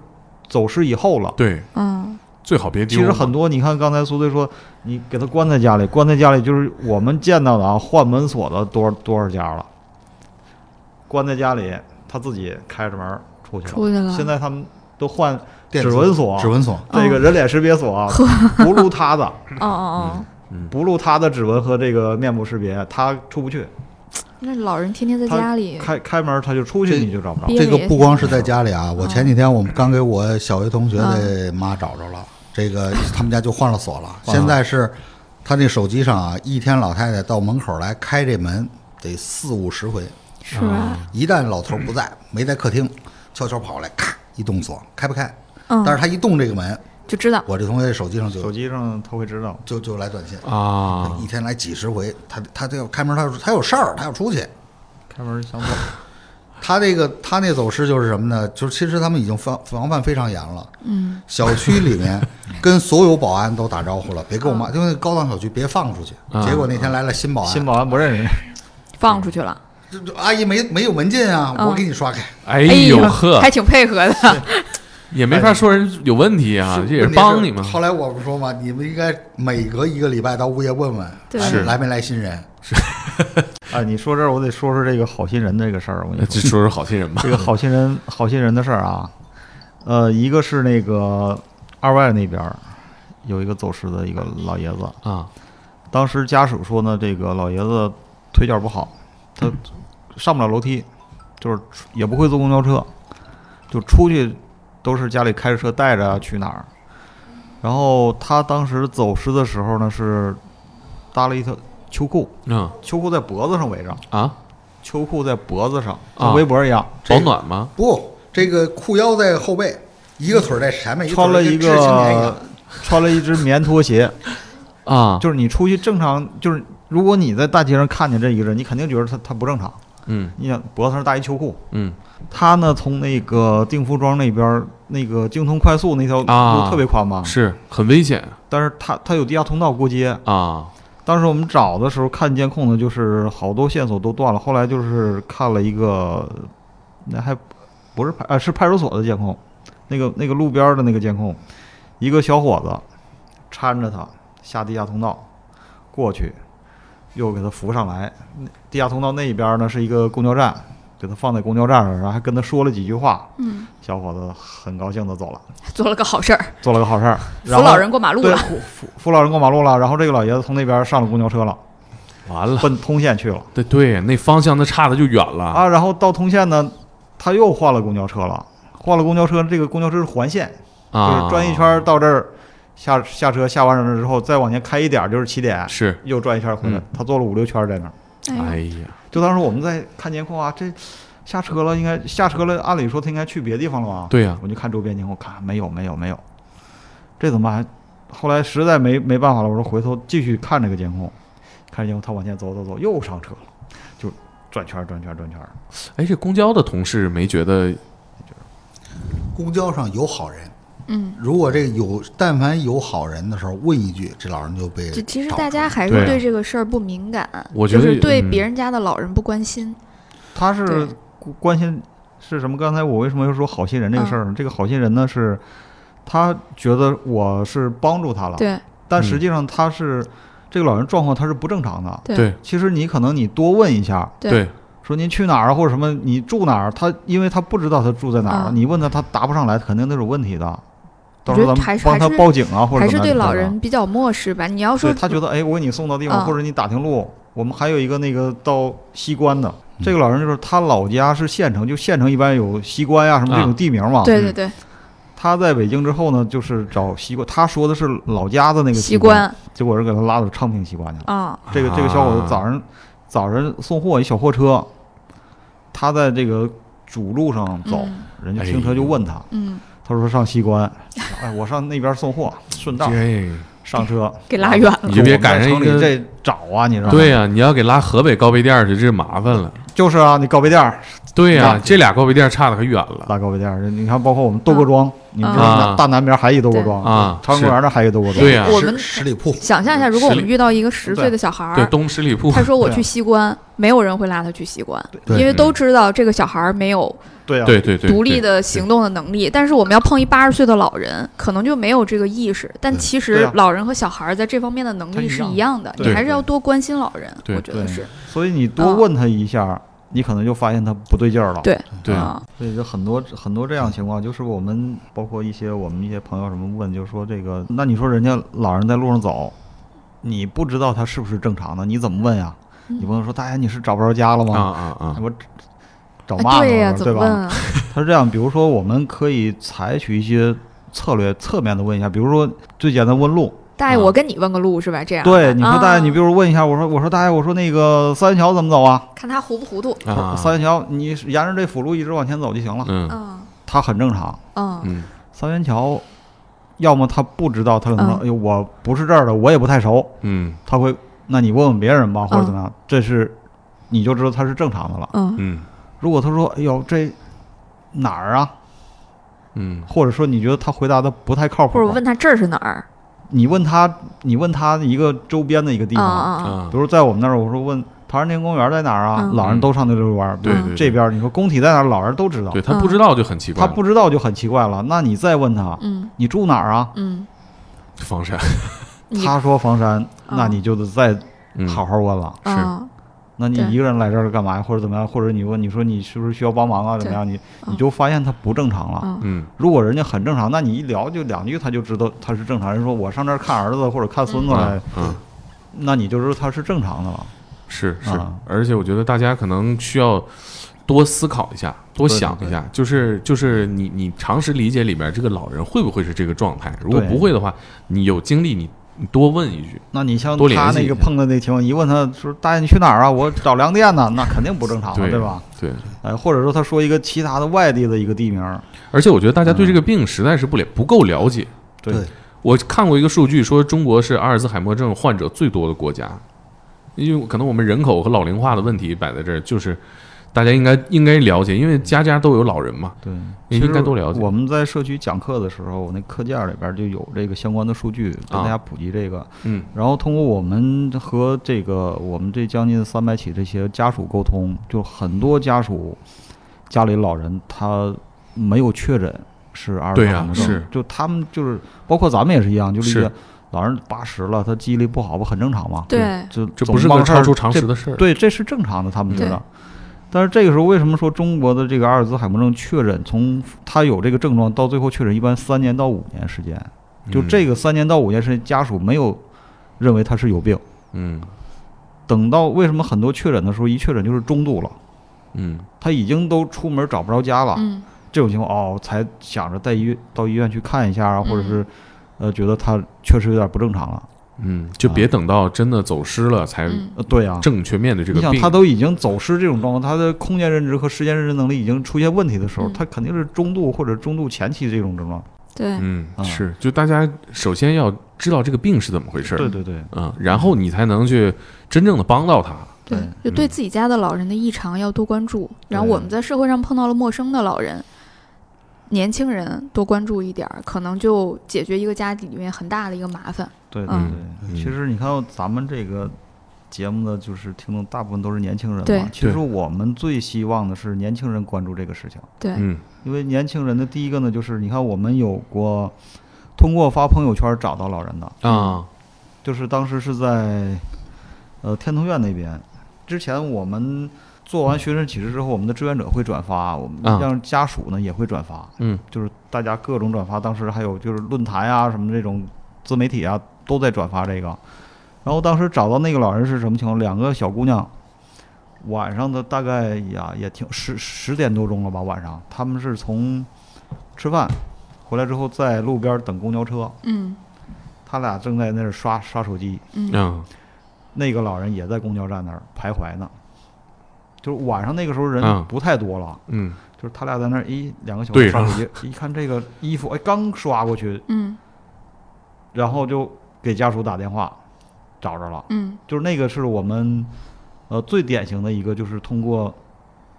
[SPEAKER 4] 走失以后了。
[SPEAKER 3] 对，
[SPEAKER 5] 嗯，
[SPEAKER 3] 最好别
[SPEAKER 4] 其
[SPEAKER 3] 丢。
[SPEAKER 4] 实很多，你看刚才苏队说，你给他关在家里，关在家里就是我们见到的啊，换门锁的多少多少家了，关在家里，他自己开着门儿出去了。
[SPEAKER 5] 出去了哦
[SPEAKER 4] 现在他们都换
[SPEAKER 2] 电
[SPEAKER 4] 指纹锁
[SPEAKER 2] 指纹锁，
[SPEAKER 4] 这个人脸识别锁，啊
[SPEAKER 5] (laughs)
[SPEAKER 4] 不录他的，
[SPEAKER 5] 哦
[SPEAKER 4] 嗯
[SPEAKER 5] 哦
[SPEAKER 4] 不录他的指纹和这个面部识别，他出不去。
[SPEAKER 5] 哦，那老人天天在
[SPEAKER 4] 他
[SPEAKER 5] 家里，
[SPEAKER 4] 开开门他就出去，
[SPEAKER 2] 这
[SPEAKER 4] 你就找不着。
[SPEAKER 5] 憋
[SPEAKER 2] 这
[SPEAKER 5] 着
[SPEAKER 2] 个
[SPEAKER 5] 也
[SPEAKER 2] 不
[SPEAKER 5] 挺
[SPEAKER 2] 光是在家里啊，我前几天我们刚给我小学同学的妈找着了，这个他们家就换了锁了，现在是他那手机上啊，一天老太太到门口来开这门得四五十回，
[SPEAKER 5] 是吧？
[SPEAKER 2] 一旦老头不在，没在客厅，悄悄跑来，咔一动锁，开不开？
[SPEAKER 5] 嗯
[SPEAKER 2] 但是他一动这个门，
[SPEAKER 5] 就知道
[SPEAKER 2] 我这同学手机上
[SPEAKER 4] 手
[SPEAKER 2] 就
[SPEAKER 4] 机上他会知道。
[SPEAKER 2] 就就来短信，
[SPEAKER 3] 啊，
[SPEAKER 2] 一天来几十回，他他这要开门，他有他有事儿，他要出去。
[SPEAKER 4] 开门 (laughs) 想走，
[SPEAKER 2] 他这个他那走势就是什么呢？就是其实他们已经防防范非常严了。嗯，小区里面跟所有保安都打招
[SPEAKER 5] (laughs)
[SPEAKER 2] 呼了，别跟我
[SPEAKER 5] 嗯
[SPEAKER 2] 妈，因为高档小区别放出去。
[SPEAKER 3] 啊
[SPEAKER 2] 结果那天来了新保安，
[SPEAKER 4] 新保安不认识人，
[SPEAKER 5] 放出去了。
[SPEAKER 2] 这这阿姨没没有门禁啊，
[SPEAKER 5] 嗯
[SPEAKER 2] 我给你刷开。
[SPEAKER 3] 哎
[SPEAKER 5] 哎
[SPEAKER 3] 呦呵
[SPEAKER 5] 还，挺配合的。
[SPEAKER 3] 也没法说人有问题啊，这也
[SPEAKER 2] 问
[SPEAKER 3] 是
[SPEAKER 2] 题
[SPEAKER 3] 帮你们。
[SPEAKER 2] 后来我们说嘛，你们应该每隔一个礼拜到物业问问，
[SPEAKER 5] 对
[SPEAKER 2] 哎
[SPEAKER 5] 是
[SPEAKER 2] 来没来新人？
[SPEAKER 4] (laughs) 哎，你说这儿我得说说这个好心人这个事儿。我跟你
[SPEAKER 3] 这
[SPEAKER 4] 说，
[SPEAKER 3] 说是好心 (laughs) 人吧
[SPEAKER 4] 这？个好心人好心人的事儿啊，呃，一个是那个二外那边儿有一个走失的一个老爷子，
[SPEAKER 3] 啊，
[SPEAKER 4] 当时家属说呢，这个老爷子腿脚不好，他上不了楼梯，就是出也不会坐公交车，就出去都是家里开着车带着去哪儿。然后他当时走失的时候呢，是搭了一条秋裤，
[SPEAKER 3] 嗯
[SPEAKER 4] 秋裤在脖子上围着，
[SPEAKER 3] 啊，
[SPEAKER 4] 秋裤在脖子上，
[SPEAKER 3] 啊
[SPEAKER 4] 像围脖一样，
[SPEAKER 2] 这
[SPEAKER 3] 保
[SPEAKER 2] 个
[SPEAKER 3] 暖吗？
[SPEAKER 2] 不，这个裤腰在后背，一个腿儿在前面，
[SPEAKER 4] 穿了
[SPEAKER 2] 一
[SPEAKER 4] 一
[SPEAKER 2] 个腿儿跟知青年一样
[SPEAKER 4] 个 (laughs) 穿了一只棉拖鞋，
[SPEAKER 3] 啊，
[SPEAKER 4] 就是你出去正常，就是如果你在大街上看见这一个人，你肯定觉得他他不正常。
[SPEAKER 3] 嗯
[SPEAKER 4] 你想脖子上搭一秋裤，
[SPEAKER 3] 嗯
[SPEAKER 4] 他呢从那个定福庄那边儿那个京通快速那条
[SPEAKER 3] 啊
[SPEAKER 4] 路特别宽嘛，
[SPEAKER 3] 是很危险
[SPEAKER 4] 但是他他有地下通道过街。
[SPEAKER 3] 啊
[SPEAKER 4] 当时我们找的时候看监控呢，就是好多线索都断了。后来就是看了一个，那还不是派啊是派出所的监控，那个那个路边儿的那个监控，一个小伙子搀着他下地下通道过去，又给他扶上来。那地下通道那一边儿呢是一个公交站，给他放在公交站上，然后还跟他说了几句话。
[SPEAKER 5] 嗯，
[SPEAKER 4] 小伙子很高兴的走了，
[SPEAKER 5] (laughs) 做了个好事儿，
[SPEAKER 4] 做了个好事儿。
[SPEAKER 5] 扶
[SPEAKER 4] 然后
[SPEAKER 5] 老人过马路
[SPEAKER 4] 对
[SPEAKER 5] 了。
[SPEAKER 4] 扶扶扶老人过马路了，然后这个老爷子从那边上了公交车了，
[SPEAKER 3] 完了，
[SPEAKER 4] 奔通县去了
[SPEAKER 3] 对对，那方向那差的就远了
[SPEAKER 4] 啊。然后到通县呢，他又换了公交车了，换了公交车，这个公交车是环线，就
[SPEAKER 3] 啊，
[SPEAKER 4] 是转一圈儿到这儿，下下车下完人之后再往前开一点儿就是起点，
[SPEAKER 3] 是，
[SPEAKER 4] 又转一圈儿回来
[SPEAKER 3] 嗯，
[SPEAKER 4] 他坐了五六圈儿在那儿。
[SPEAKER 5] 哎
[SPEAKER 3] 哎
[SPEAKER 5] 呦，
[SPEAKER 3] 呀，
[SPEAKER 4] 就当时我们在看监控啊，这下车了，应该下车了，按理说他应该去别地方了吧？
[SPEAKER 3] 对啊呀
[SPEAKER 4] 我就看周边监控，看没有，没有，没有，这怎么办？后来实在没没办法了，我说回头继续看这个监控，看监控，他往前走走走，又上车了，就转圈儿转圈儿转圈儿。
[SPEAKER 3] 哎，这公交的同事没觉得
[SPEAKER 2] 公交上有好人，
[SPEAKER 5] 嗯，
[SPEAKER 2] 如果这个有但凡有好人的时候，问一句，这老人就被
[SPEAKER 5] 就其实
[SPEAKER 2] 找
[SPEAKER 5] 大
[SPEAKER 2] 出
[SPEAKER 5] 家
[SPEAKER 2] 来
[SPEAKER 5] 还
[SPEAKER 3] 对
[SPEAKER 5] 是
[SPEAKER 3] 啊
[SPEAKER 5] 对这个事儿不敏感，
[SPEAKER 3] 我觉
[SPEAKER 5] 就
[SPEAKER 3] 得
[SPEAKER 5] 是对
[SPEAKER 3] 嗯
[SPEAKER 5] 别人家的老人不关心。
[SPEAKER 4] 他是
[SPEAKER 5] 对
[SPEAKER 4] 关心是什么？刚才我为什么又说好心
[SPEAKER 5] 嗯
[SPEAKER 4] 人这个事儿呢？这个好心人呢是，他觉得我是帮助他了，
[SPEAKER 5] 对
[SPEAKER 4] 但实际上他是、这个老人状况他是不正常的。
[SPEAKER 3] 对
[SPEAKER 4] 其实你可能你多问一下，
[SPEAKER 5] 对
[SPEAKER 3] 对
[SPEAKER 4] 说您去哪儿啊或者什么，你住哪儿？他因为他不知道他住在哪儿，
[SPEAKER 5] 啊
[SPEAKER 4] 你问他他答不上来，肯定都是有问题的。到
[SPEAKER 5] 我
[SPEAKER 4] 时
[SPEAKER 5] 觉
[SPEAKER 4] 候
[SPEAKER 5] 得
[SPEAKER 4] 咱
[SPEAKER 5] 还
[SPEAKER 4] 们
[SPEAKER 5] 是
[SPEAKER 4] 帮
[SPEAKER 5] 还
[SPEAKER 4] 他
[SPEAKER 5] 是
[SPEAKER 4] 报警啊，或者
[SPEAKER 5] 还
[SPEAKER 4] 怎
[SPEAKER 5] 是
[SPEAKER 4] 么
[SPEAKER 5] 对
[SPEAKER 4] 样
[SPEAKER 5] 老
[SPEAKER 4] 之类的
[SPEAKER 5] 人比较漠视吧。你要
[SPEAKER 4] 对
[SPEAKER 5] 说
[SPEAKER 4] 他觉得哎，我给你送到地方，
[SPEAKER 5] 啊
[SPEAKER 4] 或者你打听路，我们还有一个那个到西关的。这嗯个老人就是他老家是县城，就县城一般有西关呀、什么这
[SPEAKER 3] 啊
[SPEAKER 4] 种地名嘛。
[SPEAKER 5] 对对对，
[SPEAKER 4] 他在北京之后呢，就是找习惯，他说的是老家的那个
[SPEAKER 5] 习
[SPEAKER 4] 惯，
[SPEAKER 5] 惯
[SPEAKER 4] 结果是给他拉到昌平习惯去了。
[SPEAKER 5] 啊，
[SPEAKER 4] 这个这个小伙子早上早上送货一小货车，他在这个主路上走，
[SPEAKER 5] 嗯
[SPEAKER 4] 人家停车就
[SPEAKER 3] 哎
[SPEAKER 4] 问他，
[SPEAKER 5] 嗯，
[SPEAKER 4] 他说上西
[SPEAKER 3] (laughs)
[SPEAKER 4] 关，哎，我上那边送货，顺道
[SPEAKER 3] 这
[SPEAKER 4] 上车
[SPEAKER 5] 给拉远
[SPEAKER 3] 你
[SPEAKER 5] 了，
[SPEAKER 3] 就别
[SPEAKER 4] 我们在
[SPEAKER 3] 赶上
[SPEAKER 4] 城
[SPEAKER 3] 一个
[SPEAKER 4] 里这找啊，你知道吗？
[SPEAKER 3] 对呀、你要给拉河北高碑店儿去，这麻烦了。
[SPEAKER 4] 就是啊，你高碑店儿
[SPEAKER 3] 对呀、
[SPEAKER 4] 那
[SPEAKER 3] 这俩高碑店儿差的可远了。
[SPEAKER 4] 拉高碑店儿，你看包括我们豆各庄，
[SPEAKER 5] 嗯
[SPEAKER 4] 你们知道
[SPEAKER 3] 啊
[SPEAKER 4] 南大南边还有一豆各庄
[SPEAKER 3] 啊
[SPEAKER 4] 长安公园那还有一豆各庄，
[SPEAKER 3] 对呀、啊
[SPEAKER 5] 我们
[SPEAKER 2] 十里铺，
[SPEAKER 5] 想象一下，如果我们
[SPEAKER 3] 十
[SPEAKER 5] 遇到一个十岁
[SPEAKER 4] 对
[SPEAKER 5] 的小孩
[SPEAKER 3] 对
[SPEAKER 5] 儿，
[SPEAKER 3] 东十里铺
[SPEAKER 5] 他说我
[SPEAKER 4] 对啊
[SPEAKER 5] 去西关，没有人会拉他去西关，
[SPEAKER 2] 对
[SPEAKER 5] 因为都知道这个小孩儿没有
[SPEAKER 4] 对啊，
[SPEAKER 3] 对对对，
[SPEAKER 5] 独立
[SPEAKER 3] 对
[SPEAKER 5] 的行动的能力。但是我们要碰一八十岁的老人，可能就没有这个意识。但
[SPEAKER 2] 对
[SPEAKER 5] 其
[SPEAKER 4] 对
[SPEAKER 5] 实
[SPEAKER 4] 啊
[SPEAKER 5] 老人和小孩儿在这方面的能
[SPEAKER 4] 他
[SPEAKER 5] 力
[SPEAKER 4] 一
[SPEAKER 5] 是
[SPEAKER 4] 样
[SPEAKER 5] 一样的，
[SPEAKER 4] 对
[SPEAKER 5] 你还是要多关心老人，
[SPEAKER 3] 对
[SPEAKER 5] 我觉得是。
[SPEAKER 4] 所以你多问他一下，你可能就发现他不对劲儿了。
[SPEAKER 5] 对
[SPEAKER 3] 对
[SPEAKER 5] 啊，
[SPEAKER 4] 所以这很多很多这样的情况，就是我们包括一些我们一些朋友什么问，就是说这个，那你说人家老人在路上走，你不知道他是不是正常的，你怎么问呀？
[SPEAKER 5] 嗯
[SPEAKER 4] 你不能说大爷你是找不着家了
[SPEAKER 3] 啊
[SPEAKER 4] 吗？
[SPEAKER 3] 啊啊，
[SPEAKER 4] 我找
[SPEAKER 5] 哎
[SPEAKER 4] 骂
[SPEAKER 5] 对呀、
[SPEAKER 4] 了，
[SPEAKER 5] 怎
[SPEAKER 4] 对
[SPEAKER 5] 么问
[SPEAKER 4] 吧？
[SPEAKER 5] 啊？
[SPEAKER 4] 他是这样，比如说我们可以采取一些策略，侧面的问一下，比如说最简单问路，
[SPEAKER 5] 大爷，
[SPEAKER 3] 啊
[SPEAKER 5] 我跟你问个路是吧？这样啊
[SPEAKER 4] 对，你说大爷，你比
[SPEAKER 5] 如
[SPEAKER 4] 如问一下，我说我说大爷，我说那个三元桥怎么走啊？
[SPEAKER 5] 看他糊不糊涂。
[SPEAKER 4] 他说
[SPEAKER 3] 啊
[SPEAKER 4] 三元桥，你沿着这辅路一直往前走就行了，
[SPEAKER 3] 嗯
[SPEAKER 5] 嗯
[SPEAKER 4] 他很正常。
[SPEAKER 5] 嗯
[SPEAKER 3] 嗯，
[SPEAKER 4] 三元桥，要么他不知道，他可能说
[SPEAKER 5] 嗯：“
[SPEAKER 4] 哎呦，我不是这儿的，我也不太熟。
[SPEAKER 3] 嗯”
[SPEAKER 4] 他会，那你问问别人吧，或者
[SPEAKER 5] 嗯
[SPEAKER 4] 怎么样？这是你就知道他是正常的了。
[SPEAKER 5] 嗯
[SPEAKER 3] 嗯
[SPEAKER 4] 如果他说：“哎呦，这哪儿啊
[SPEAKER 3] 嗯？”，
[SPEAKER 4] 或者说你觉得他回答的不太靠谱，
[SPEAKER 5] 或者我问他这儿是哪儿
[SPEAKER 4] 你问他，你问他一个周边的一个地
[SPEAKER 5] 啊
[SPEAKER 4] 方，
[SPEAKER 5] 啊啊？
[SPEAKER 3] 啊
[SPEAKER 4] 比如在我们那儿，我说问唐人街公园在哪儿啊？
[SPEAKER 5] 嗯
[SPEAKER 4] 老人都上那遛遛弯儿。
[SPEAKER 3] 对
[SPEAKER 5] 嗯
[SPEAKER 3] 对
[SPEAKER 4] 这
[SPEAKER 3] 对
[SPEAKER 4] 边儿你说工体在哪儿，老人都知道
[SPEAKER 3] 对，。他不知道就很奇怪
[SPEAKER 4] 他
[SPEAKER 3] 了，
[SPEAKER 4] 不知道就很奇怪了。那你再问他，
[SPEAKER 5] 嗯
[SPEAKER 4] 你住哪儿啊？
[SPEAKER 5] 嗯，
[SPEAKER 3] 房
[SPEAKER 4] (laughs)
[SPEAKER 3] 山
[SPEAKER 5] 你哦
[SPEAKER 4] 他说房山，那你就得再
[SPEAKER 3] 嗯
[SPEAKER 4] 好好问了。
[SPEAKER 3] 是
[SPEAKER 5] 啊
[SPEAKER 4] 那你
[SPEAKER 5] 对
[SPEAKER 4] 一个人来这儿干嘛呀？或者怎么样？或者你问你说你是不是需要帮忙啊？
[SPEAKER 5] 对
[SPEAKER 4] 怎么样？你
[SPEAKER 5] 嗯
[SPEAKER 4] 你就发现他不正常了。
[SPEAKER 5] 嗯
[SPEAKER 3] 嗯
[SPEAKER 4] 如果人家很正常，那你一聊就两句，他就知道他是正常人。说我上这儿看儿子或者看
[SPEAKER 5] 嗯
[SPEAKER 4] 孙子来
[SPEAKER 3] 啊，啊
[SPEAKER 4] 那你就知道他是正常的了。
[SPEAKER 3] 是是
[SPEAKER 4] 啊，
[SPEAKER 3] 而且我觉得大家可能需要多思考一下，多
[SPEAKER 4] 对对
[SPEAKER 3] 想一下，就是就是你你常识理解里边这个老人会不会是这个状态？如果
[SPEAKER 4] 对
[SPEAKER 3] 不会的话，你有精力你你多问一句，
[SPEAKER 4] 那你像
[SPEAKER 3] 多联
[SPEAKER 4] 他
[SPEAKER 3] 系
[SPEAKER 4] 那
[SPEAKER 3] 一
[SPEAKER 4] 个
[SPEAKER 3] 下
[SPEAKER 4] 碰到那情况，一问他说：“大爷，你去哪儿啊？我找粮店呢。”那肯定不正常了，
[SPEAKER 3] 对
[SPEAKER 4] 对吧？
[SPEAKER 3] 对。
[SPEAKER 4] 哎，或者说他说一个其他的外地的一个地名儿，
[SPEAKER 3] 而且我觉得大家对
[SPEAKER 4] 嗯
[SPEAKER 3] 这个病实在是不了不够了解。
[SPEAKER 4] 对
[SPEAKER 2] 对
[SPEAKER 3] 我看过一个数据，说中国是阿尔兹海默症患者最多的国家，因为可能我们人口和老龄化的问题摆在这儿，就是大家应该应该了解，因为家家都有老人嘛。
[SPEAKER 4] 对，
[SPEAKER 3] 应
[SPEAKER 4] 其实
[SPEAKER 3] 该多了解
[SPEAKER 4] 我们在社区讲课的时候，我那课件里边就有这个相关的数据，跟
[SPEAKER 3] 啊
[SPEAKER 4] 大家普及这个。
[SPEAKER 3] 嗯
[SPEAKER 4] 然后通过我们和这个我们这将近三百起这些家属沟通，就很多家属家里老人他没有确诊是阿尔茨
[SPEAKER 3] 对呀
[SPEAKER 4] 海默症，
[SPEAKER 3] 是
[SPEAKER 4] 就他们就是包括咱们也是一样，就理
[SPEAKER 3] 是
[SPEAKER 4] 解老人八十了，他记忆力不好不很正常吗？
[SPEAKER 5] 对
[SPEAKER 4] 就
[SPEAKER 3] 这
[SPEAKER 4] 总
[SPEAKER 3] 不是
[SPEAKER 4] 忘
[SPEAKER 3] 个
[SPEAKER 4] 事儿
[SPEAKER 3] 超出常
[SPEAKER 4] 这
[SPEAKER 3] 识的事儿。
[SPEAKER 4] 对，这是正常的，他们知
[SPEAKER 5] 对
[SPEAKER 4] 道。但是这个时候，为什么说中国的这个阿尔兹海默症确诊，从他有这个症状到最后确诊，一般三年到五年时间，就
[SPEAKER 3] 嗯
[SPEAKER 4] 这个三年到五年时间，家属没有认为他是有病。
[SPEAKER 3] 嗯
[SPEAKER 4] 等到为什么很多确诊的时候，一确诊就是中度了，
[SPEAKER 3] 嗯
[SPEAKER 4] 他已经都出门找不着家了，
[SPEAKER 5] 嗯
[SPEAKER 4] 这种情况哦，才想着带医到医院去看一下啊，或者
[SPEAKER 5] 嗯
[SPEAKER 4] 是呃觉得他确实有点不正常了。
[SPEAKER 3] 嗯，就别等到真的走失了才
[SPEAKER 5] 嗯
[SPEAKER 4] 呃，对啊，
[SPEAKER 3] 正确面对这
[SPEAKER 4] 你
[SPEAKER 3] 个
[SPEAKER 4] 想，
[SPEAKER 3] 病
[SPEAKER 4] 他。都已经走失这种状况，他的空间认知和时间认知能力已经出现问题的时候，
[SPEAKER 5] 嗯
[SPEAKER 4] 他肯定是中度或者中度前期这种症状。
[SPEAKER 5] 对
[SPEAKER 3] 嗯，
[SPEAKER 4] 啊
[SPEAKER 3] 是，就大家首先要知道这个病是怎么回事儿。
[SPEAKER 4] 对对对
[SPEAKER 3] 嗯，然后你才能去真正的帮到他。
[SPEAKER 5] 对
[SPEAKER 4] 对，
[SPEAKER 5] 就对自己家的老人的异常要多关注。然后我们在社会上碰到了陌生的老人，年轻人多关注一点儿，可能就解决一个家里面很大的一个麻烦。
[SPEAKER 4] 对对对，
[SPEAKER 5] 嗯
[SPEAKER 3] 嗯
[SPEAKER 4] 其实你看咱们这个节目的就是听众大部分都是年轻人
[SPEAKER 5] 对
[SPEAKER 4] 嘛，其实我们最希望的是年轻人关注这个事情，
[SPEAKER 5] 对，
[SPEAKER 3] 嗯
[SPEAKER 4] 因为年轻人的第一个呢就是你看我们有过通过发朋友圈找到老人的，
[SPEAKER 3] 啊，
[SPEAKER 4] 就是当时是在呃天通苑那边，之前我们做完寻人启事之后，我们的志愿者会转发，我们
[SPEAKER 3] 啊
[SPEAKER 4] 让家属呢也会转发，
[SPEAKER 3] 嗯，
[SPEAKER 4] 就是大家各种转发，当时还有就是论坛啊什么这种自媒体啊都在转发这个，然后当时找到那个老人是什么情况？两个小姑娘。晚上的大概呀也挺十十点多钟了吧，晚上他们是从吃饭回来之后在路边等公交车，
[SPEAKER 5] 嗯
[SPEAKER 4] 他俩正在那儿刷刷手机，
[SPEAKER 5] 嗯
[SPEAKER 3] 嗯
[SPEAKER 4] 那个老人也在公交站那儿徘徊呢。就是晚上那个时候
[SPEAKER 3] 嗯
[SPEAKER 4] 人不太多了，
[SPEAKER 3] 嗯，
[SPEAKER 4] 就是他俩在那儿一两个小
[SPEAKER 3] 对
[SPEAKER 4] 时
[SPEAKER 3] 上
[SPEAKER 4] 刷
[SPEAKER 3] 了
[SPEAKER 4] 手机，一看这个衣服，哎，刚刷过去，
[SPEAKER 5] 嗯
[SPEAKER 4] 然后就给家属打电话，找着了。
[SPEAKER 5] 嗯
[SPEAKER 4] 就是那个是我们呃最典型的一个，就是通过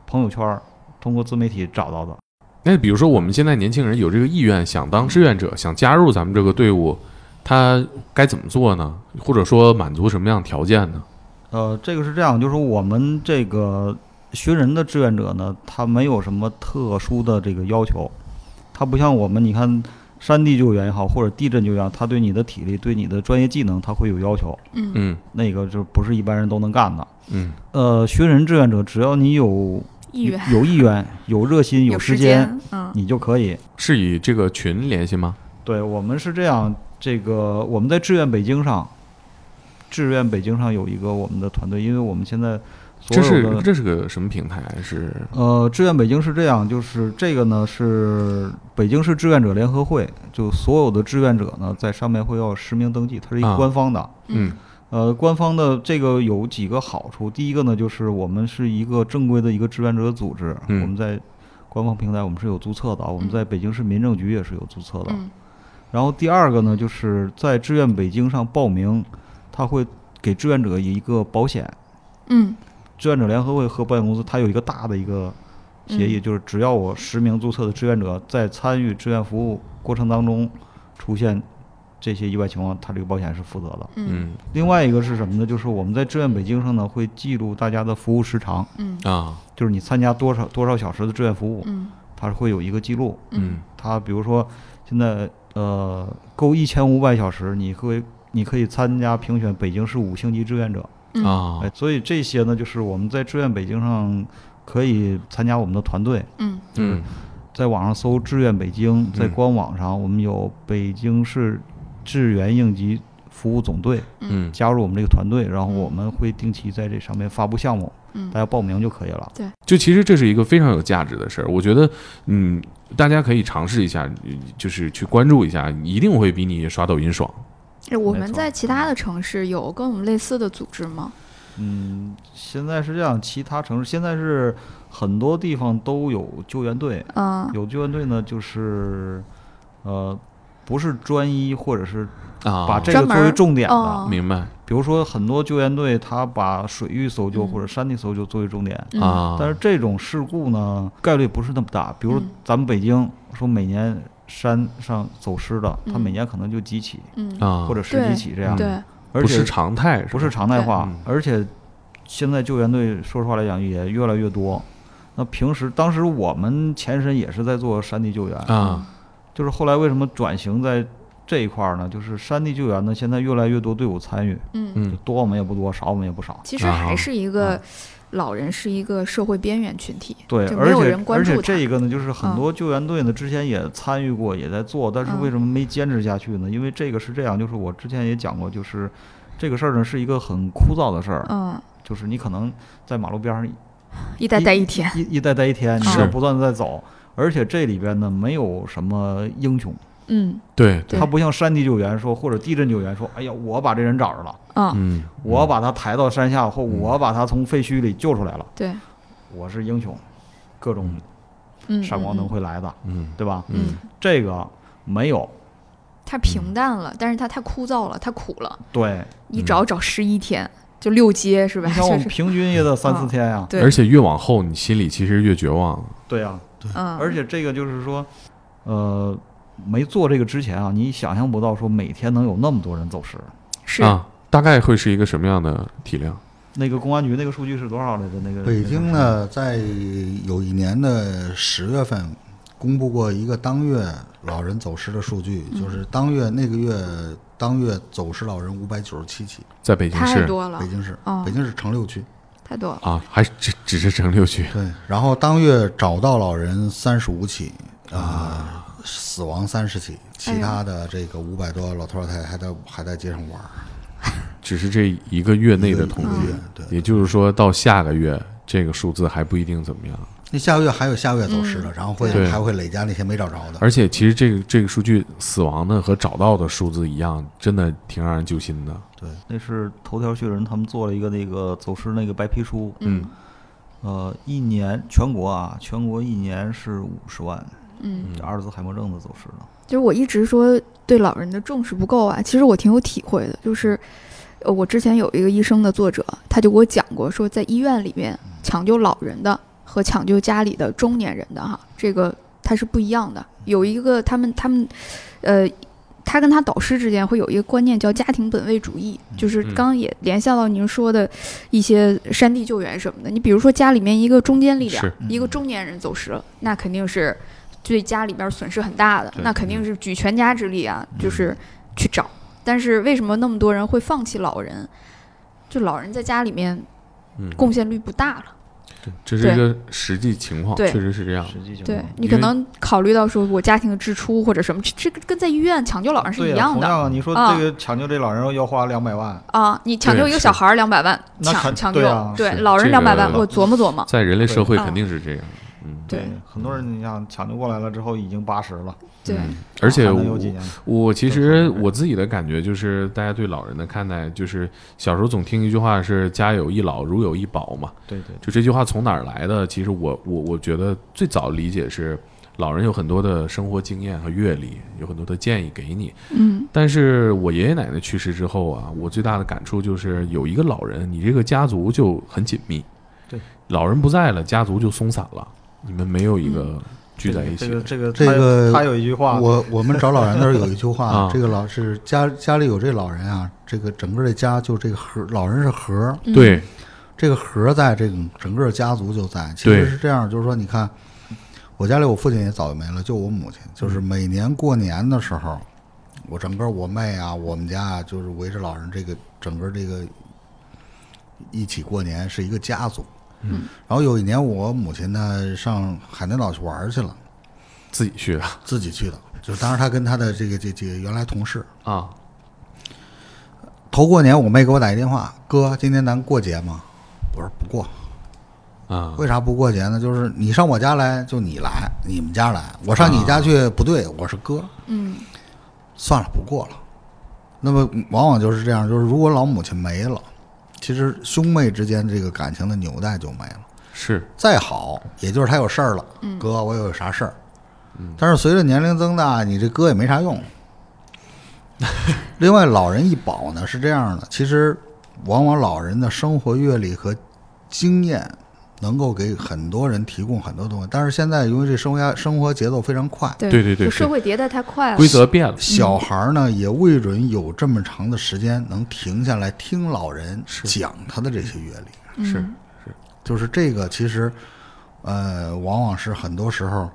[SPEAKER 4] 朋友圈儿、通过自媒体找到的。
[SPEAKER 3] 那比如说我们现在年轻人有这个意愿，想当志愿者，想加入咱们这个队伍，他该怎么做呢？或者说满足什么样的条件呢？
[SPEAKER 4] 呃，这个是这样，就是说我们这个寻人的志愿者呢，他没有什么特殊的这个要求，他不像我们，你看山地救援也好，或者地震救援，他对你的体力、对你的专业技能，他会有要求，
[SPEAKER 5] 嗯
[SPEAKER 3] 嗯
[SPEAKER 4] 那个就不是一般人都能干的。
[SPEAKER 3] 嗯
[SPEAKER 4] 呃，寻人志愿者，只要你有
[SPEAKER 5] 意愿
[SPEAKER 4] 有意
[SPEAKER 5] (laughs)
[SPEAKER 4] 愿、有热心、
[SPEAKER 5] 有
[SPEAKER 4] 时
[SPEAKER 5] 间，嗯
[SPEAKER 4] 你就可以。
[SPEAKER 3] 是以这个群联系吗？
[SPEAKER 4] 对我们是这样，这个我们在志愿北京上，志愿北京上有一个我们的团队，因为我们现在
[SPEAKER 3] 这
[SPEAKER 4] 所有
[SPEAKER 3] 是
[SPEAKER 4] 的
[SPEAKER 3] 这是个什么平台？啊是
[SPEAKER 4] 呃，志愿北京是这样，就是这个呢是北京市志愿者联合会，就所有的志愿者呢在上面会要实名登记，它是一
[SPEAKER 3] 啊
[SPEAKER 4] 个官方的。
[SPEAKER 3] 嗯
[SPEAKER 4] 呃，官方的这个有几个好处，第一个呢就是我们是一个正规的一个志愿者组织，
[SPEAKER 3] 嗯
[SPEAKER 4] 我们在官方平台我们是有注册的，我们
[SPEAKER 5] 嗯
[SPEAKER 4] 在北京市民政局也是有注册的。
[SPEAKER 5] 嗯
[SPEAKER 4] 然后第二个呢，就是在志愿北京上报名，他会给志愿者一个保险。
[SPEAKER 5] 嗯
[SPEAKER 4] 志愿者联合会和保险公司，它有一个大的一个协议，
[SPEAKER 5] 嗯
[SPEAKER 4] 就是只要我十名注册的志愿者在参与志愿服务过程当中出现这些意外情况，他这个保险是负责的。
[SPEAKER 5] 嗯
[SPEAKER 3] 嗯
[SPEAKER 4] 另外一个是什么呢？就是我们在志愿北京上呢，会记录大家的服务时长，
[SPEAKER 5] 嗯
[SPEAKER 3] 啊
[SPEAKER 4] 就是你参加多少多少小时的志愿服务，
[SPEAKER 5] 嗯
[SPEAKER 4] 它是会有一个记录。
[SPEAKER 3] 嗯
[SPEAKER 4] 它比如说现在呃够一千五百小时，你会你可以参加评选北京市五星级志愿者，
[SPEAKER 5] 嗯
[SPEAKER 3] 啊
[SPEAKER 4] 哎，所以这些呢，就是我们在志愿北京上可以参加我们的团队，
[SPEAKER 5] 嗯
[SPEAKER 3] 嗯
[SPEAKER 4] 在网上搜“志愿北京”，在
[SPEAKER 3] 嗯
[SPEAKER 4] 官网上我们有北京市志愿应急服务总队
[SPEAKER 3] 嗯
[SPEAKER 4] 加入我们这个团队，然后我们会定期在这上面发布项目，
[SPEAKER 5] 嗯
[SPEAKER 4] 大家报名就可以了。
[SPEAKER 3] 就其实这是一个非常有价值的事儿，我觉得，嗯，大家可以尝试一下，呃就是去关注一下，一定会比你刷抖音爽。
[SPEAKER 5] 哎我
[SPEAKER 3] 没
[SPEAKER 5] 们
[SPEAKER 3] 错
[SPEAKER 5] 在其他的城市有跟我们类似的组织吗？
[SPEAKER 4] 嗯，现在是这样，其他城市现在是很多地方都有救援队，
[SPEAKER 5] 嗯
[SPEAKER 4] 有救援队呢，就是呃，不是专一或者是
[SPEAKER 3] 啊
[SPEAKER 4] 把这
[SPEAKER 5] 专
[SPEAKER 4] 个作
[SPEAKER 5] 门
[SPEAKER 4] 为
[SPEAKER 5] 儿
[SPEAKER 4] 重点的。
[SPEAKER 5] 哦
[SPEAKER 3] 明白
[SPEAKER 4] 比如说，很多救援队他把水域搜救
[SPEAKER 5] 嗯
[SPEAKER 4] 或者山地搜救作为重点，
[SPEAKER 5] 嗯
[SPEAKER 3] 啊，
[SPEAKER 4] 但是这种事故呢概率不是那么大。比如
[SPEAKER 5] 嗯
[SPEAKER 4] 咱们北京说每年山上走失的，他
[SPEAKER 5] 嗯
[SPEAKER 4] 每年可能就几起
[SPEAKER 5] 嗯
[SPEAKER 3] 啊，
[SPEAKER 4] 或者十
[SPEAKER 5] 对
[SPEAKER 4] 几起这样，
[SPEAKER 5] 对
[SPEAKER 4] 而
[SPEAKER 3] 不
[SPEAKER 4] 且
[SPEAKER 3] 是常态，
[SPEAKER 4] 不
[SPEAKER 3] 吧
[SPEAKER 4] 是常态化
[SPEAKER 3] 对嗯，
[SPEAKER 4] 而且现在救援队说实话来讲也越来越多。那平时当时我们前身也是在做山地救援，
[SPEAKER 3] 啊，
[SPEAKER 5] 嗯
[SPEAKER 4] 就是后来为什么转型在这一块儿呢？就是山地救援呢，现在越来越多队伍参与，
[SPEAKER 5] 嗯
[SPEAKER 3] 嗯
[SPEAKER 4] 多我们也不多，少我们也不少。
[SPEAKER 5] 其实
[SPEAKER 3] 啊
[SPEAKER 5] 还是一个
[SPEAKER 4] 啊
[SPEAKER 5] 老人是一个社会边缘群体，
[SPEAKER 4] 对，
[SPEAKER 5] 就没
[SPEAKER 4] 而
[SPEAKER 5] 有
[SPEAKER 4] 且
[SPEAKER 5] 人关
[SPEAKER 4] 而且
[SPEAKER 5] 注
[SPEAKER 4] 这
[SPEAKER 5] 他。
[SPEAKER 4] 一个呢，就是很多救援队呢之前也参与过，也在做，但是
[SPEAKER 5] 嗯
[SPEAKER 4] 为什么没坚持下去呢？因为这个是这样，就是我之前也讲过，就是这个事儿呢是一个很枯燥的事儿，
[SPEAKER 5] 嗯，
[SPEAKER 4] 就是你可能在马路边上
[SPEAKER 5] 一待待一天。
[SPEAKER 4] 一一代代一天，你
[SPEAKER 3] 是
[SPEAKER 4] 要不断的在走。而且这里边呢，没有什么英雄，
[SPEAKER 5] 嗯
[SPEAKER 3] 对
[SPEAKER 5] 对
[SPEAKER 4] 他不像山地救援说，或者地震救援说，哎呀，我把这人找着了，
[SPEAKER 5] 啊，
[SPEAKER 3] 嗯，
[SPEAKER 4] 我把他抬到山下，
[SPEAKER 5] 嗯
[SPEAKER 4] 或我把他从废墟里救出来了，
[SPEAKER 5] 对，
[SPEAKER 4] 我是英雄，各种
[SPEAKER 5] 嗯，
[SPEAKER 4] 闪光灯会来的，
[SPEAKER 3] 嗯
[SPEAKER 4] 对吧？
[SPEAKER 5] 嗯。
[SPEAKER 3] 嗯
[SPEAKER 5] 嗯，
[SPEAKER 4] 这个没有，
[SPEAKER 5] 太平淡了，但是它太枯燥了，太苦了，
[SPEAKER 4] 对，
[SPEAKER 5] 一
[SPEAKER 3] 嗯
[SPEAKER 5] 找找十一天，就六阶是吧？
[SPEAKER 4] 你像我
[SPEAKER 5] (laughs) 就
[SPEAKER 4] 们
[SPEAKER 5] 是
[SPEAKER 4] 平均也得三四天呀、
[SPEAKER 5] 对，
[SPEAKER 3] 而且越往后，你心里其实越绝望。
[SPEAKER 4] 对呀、
[SPEAKER 5] 嗯，
[SPEAKER 4] 而且这个就是说，呃，没做这个之前啊，你想象不到说每天能有那么多人走失。
[SPEAKER 5] 是
[SPEAKER 3] 啊，大概会是一个什么样的体量？
[SPEAKER 4] 那个公安局那个数据是多少来着？
[SPEAKER 3] 嗯
[SPEAKER 4] 那个
[SPEAKER 2] 北京，呢，在有一年的十月份，公布过一个当月老人走失的数据，就是当月那个月当月走失老人五百九十七起，
[SPEAKER 3] 在北京
[SPEAKER 5] 太
[SPEAKER 3] 市
[SPEAKER 5] 多了
[SPEAKER 2] 北，京市
[SPEAKER 5] 哦，
[SPEAKER 2] 北京市城六区。
[SPEAKER 5] 太多了，
[SPEAKER 3] 啊，还是只只是城六区
[SPEAKER 2] 对，然后当月找到老人三十五起，啊、死亡三十起，
[SPEAKER 5] 哎
[SPEAKER 2] 其
[SPEAKER 5] 呦
[SPEAKER 2] 他的这个五百多老头老太太还在还在街上玩儿。
[SPEAKER 3] 只是这一个月内的统
[SPEAKER 5] 嗯
[SPEAKER 2] 一
[SPEAKER 3] 计嗯
[SPEAKER 2] 个月，对
[SPEAKER 3] 也就是说到下个月，这个数字还不一定怎么样。
[SPEAKER 2] 那下个月还有下个月走失的，然后会
[SPEAKER 3] 对
[SPEAKER 2] 还会累加那些没找着的。
[SPEAKER 3] 而且其实这个这个数据死亡的和找到的数字一样，真的挺让人揪心的。
[SPEAKER 4] 那是头条血人他们做了一个那个走失那个白皮书，
[SPEAKER 3] 嗯
[SPEAKER 4] 呃，一年全国啊，全国一年是五十万，
[SPEAKER 5] 嗯，
[SPEAKER 4] 这阿尔兹海默症的走失的。
[SPEAKER 5] 就是我一直说对老人的重视不够啊，其实我挺有体会的，就是。呃，我之前有一个医生的作者，他就给我讲过，说在医院里面抢救老人的和抢救家里的中年人的哈，这个它是不一样的。有一个他们他们，呃，他跟他导师之间会有一个观念叫家庭本位主义，就是刚刚也联想到您说的一些山地救援什么的。你比如说家里面一个中坚力量
[SPEAKER 3] 是，
[SPEAKER 5] 一个中年人走失了，那肯定是对家里边损失很大的，
[SPEAKER 3] 对嗯
[SPEAKER 5] 那肯定是举全家之力啊，就是去找。但是为什么那么多人会放弃老人？就老人在家里面
[SPEAKER 3] 嗯，
[SPEAKER 5] 贡献率不大了。
[SPEAKER 3] 这是一个实际情况，
[SPEAKER 5] 对
[SPEAKER 3] 确实是这样。
[SPEAKER 4] 实际情
[SPEAKER 5] 对
[SPEAKER 4] 况
[SPEAKER 5] 你
[SPEAKER 3] 因
[SPEAKER 5] 可
[SPEAKER 3] 为
[SPEAKER 5] 能考虑到说我家庭的支出或者什么，这这个跟在医院抢救老人是
[SPEAKER 4] 对
[SPEAKER 5] 一
[SPEAKER 4] 呀
[SPEAKER 5] 样的
[SPEAKER 4] 同样啊，你说
[SPEAKER 5] 啊
[SPEAKER 4] 这个抢救这老人要花两百万，
[SPEAKER 5] 啊。你抢
[SPEAKER 3] 对
[SPEAKER 5] 救一个
[SPEAKER 3] 是
[SPEAKER 5] 小孩儿两百万，
[SPEAKER 4] 那
[SPEAKER 5] 抢
[SPEAKER 4] 肯
[SPEAKER 5] 抢救
[SPEAKER 4] 对啊
[SPEAKER 5] 对
[SPEAKER 3] 是
[SPEAKER 5] 老人
[SPEAKER 3] 这
[SPEAKER 5] 两
[SPEAKER 3] 个
[SPEAKER 5] 百万，我琢磨琢磨，
[SPEAKER 3] 在人类社会
[SPEAKER 5] 对
[SPEAKER 3] 肯定是这样，嗯，
[SPEAKER 5] 对
[SPEAKER 4] 很多人你想抢救过来了之后已经八十了，
[SPEAKER 5] 对，
[SPEAKER 3] 嗯而且
[SPEAKER 4] 还能
[SPEAKER 3] 我
[SPEAKER 4] 有几年？
[SPEAKER 3] 我其
[SPEAKER 4] 更好
[SPEAKER 3] 实
[SPEAKER 4] 的人
[SPEAKER 3] 我自己的感觉就是，大家对老人的看待，就是小时候总听一句话是“家有一老，如有一宝”嘛。
[SPEAKER 4] 对对，
[SPEAKER 3] 就这句话从哪儿来的？其实我我我觉得最早理解是，老人有很多的生活经验和阅历，有很多的建议给你。
[SPEAKER 5] 嗯
[SPEAKER 3] 但是我爷爷奶奶去世之后啊，我最大的感触就是，有一个老人，你这个家族就很紧密。
[SPEAKER 4] 对，
[SPEAKER 3] 老人不在了，家族就松散了，你们没有一个聚在一起
[SPEAKER 4] 嗯这
[SPEAKER 3] 的
[SPEAKER 4] 个。这个
[SPEAKER 2] 这个
[SPEAKER 4] 他他有一句话，
[SPEAKER 2] 我我们找老人的时候有一句话
[SPEAKER 3] 啊，
[SPEAKER 2] 这个老是家家里有这老人啊，这个整个这家就这个核，老人是核，
[SPEAKER 5] 嗯
[SPEAKER 3] 对，
[SPEAKER 2] 这个核在这个整个家族就在。其实
[SPEAKER 3] 对
[SPEAKER 2] 是这样，就是说，你看，我家里我父亲也早就没了，就我母亲，就是每年过年的时候，我整个我妹啊，我们家啊，就是围着老人这个整个这个一起过年，是一个家族。嗯，然后有一年我母亲呢上海南岛去玩儿去了，
[SPEAKER 3] 自己去的啊
[SPEAKER 2] 自己去的，就是当时她跟她的这个这这个原来同事，
[SPEAKER 3] 啊，
[SPEAKER 2] 头过年我妹给我打一电话，哥，今天咱过节吗？我说不过。
[SPEAKER 3] 啊，
[SPEAKER 2] 为啥不过节呢？就是你上我家来，就你来，你们家来，我上你家去不对，我是哥，
[SPEAKER 5] 嗯
[SPEAKER 2] 算了，不过了。那么往往就是这样，就是如果老母亲没了，其实兄妹之间这个感情的纽带就没了。
[SPEAKER 3] 是
[SPEAKER 2] 再好，也就是他有事儿了，哥，我有啥事儿。但是随着年龄增大，你这哥也没啥用。另外，老人一保呢是这样的，其实往往老人的生活阅历和经验能够给很多人提供很多东西，但是现在由于这生活压生活节奏非常快，
[SPEAKER 5] 对
[SPEAKER 3] 对对对
[SPEAKER 5] 就是社会迭代太快了，
[SPEAKER 3] 规则变了，
[SPEAKER 2] 小孩儿呢也未准有这么长的时间能停下来听老人讲他的这些阅历。
[SPEAKER 5] 嗯
[SPEAKER 3] 是
[SPEAKER 2] 就是这个，其实，呃，往往是很多时候，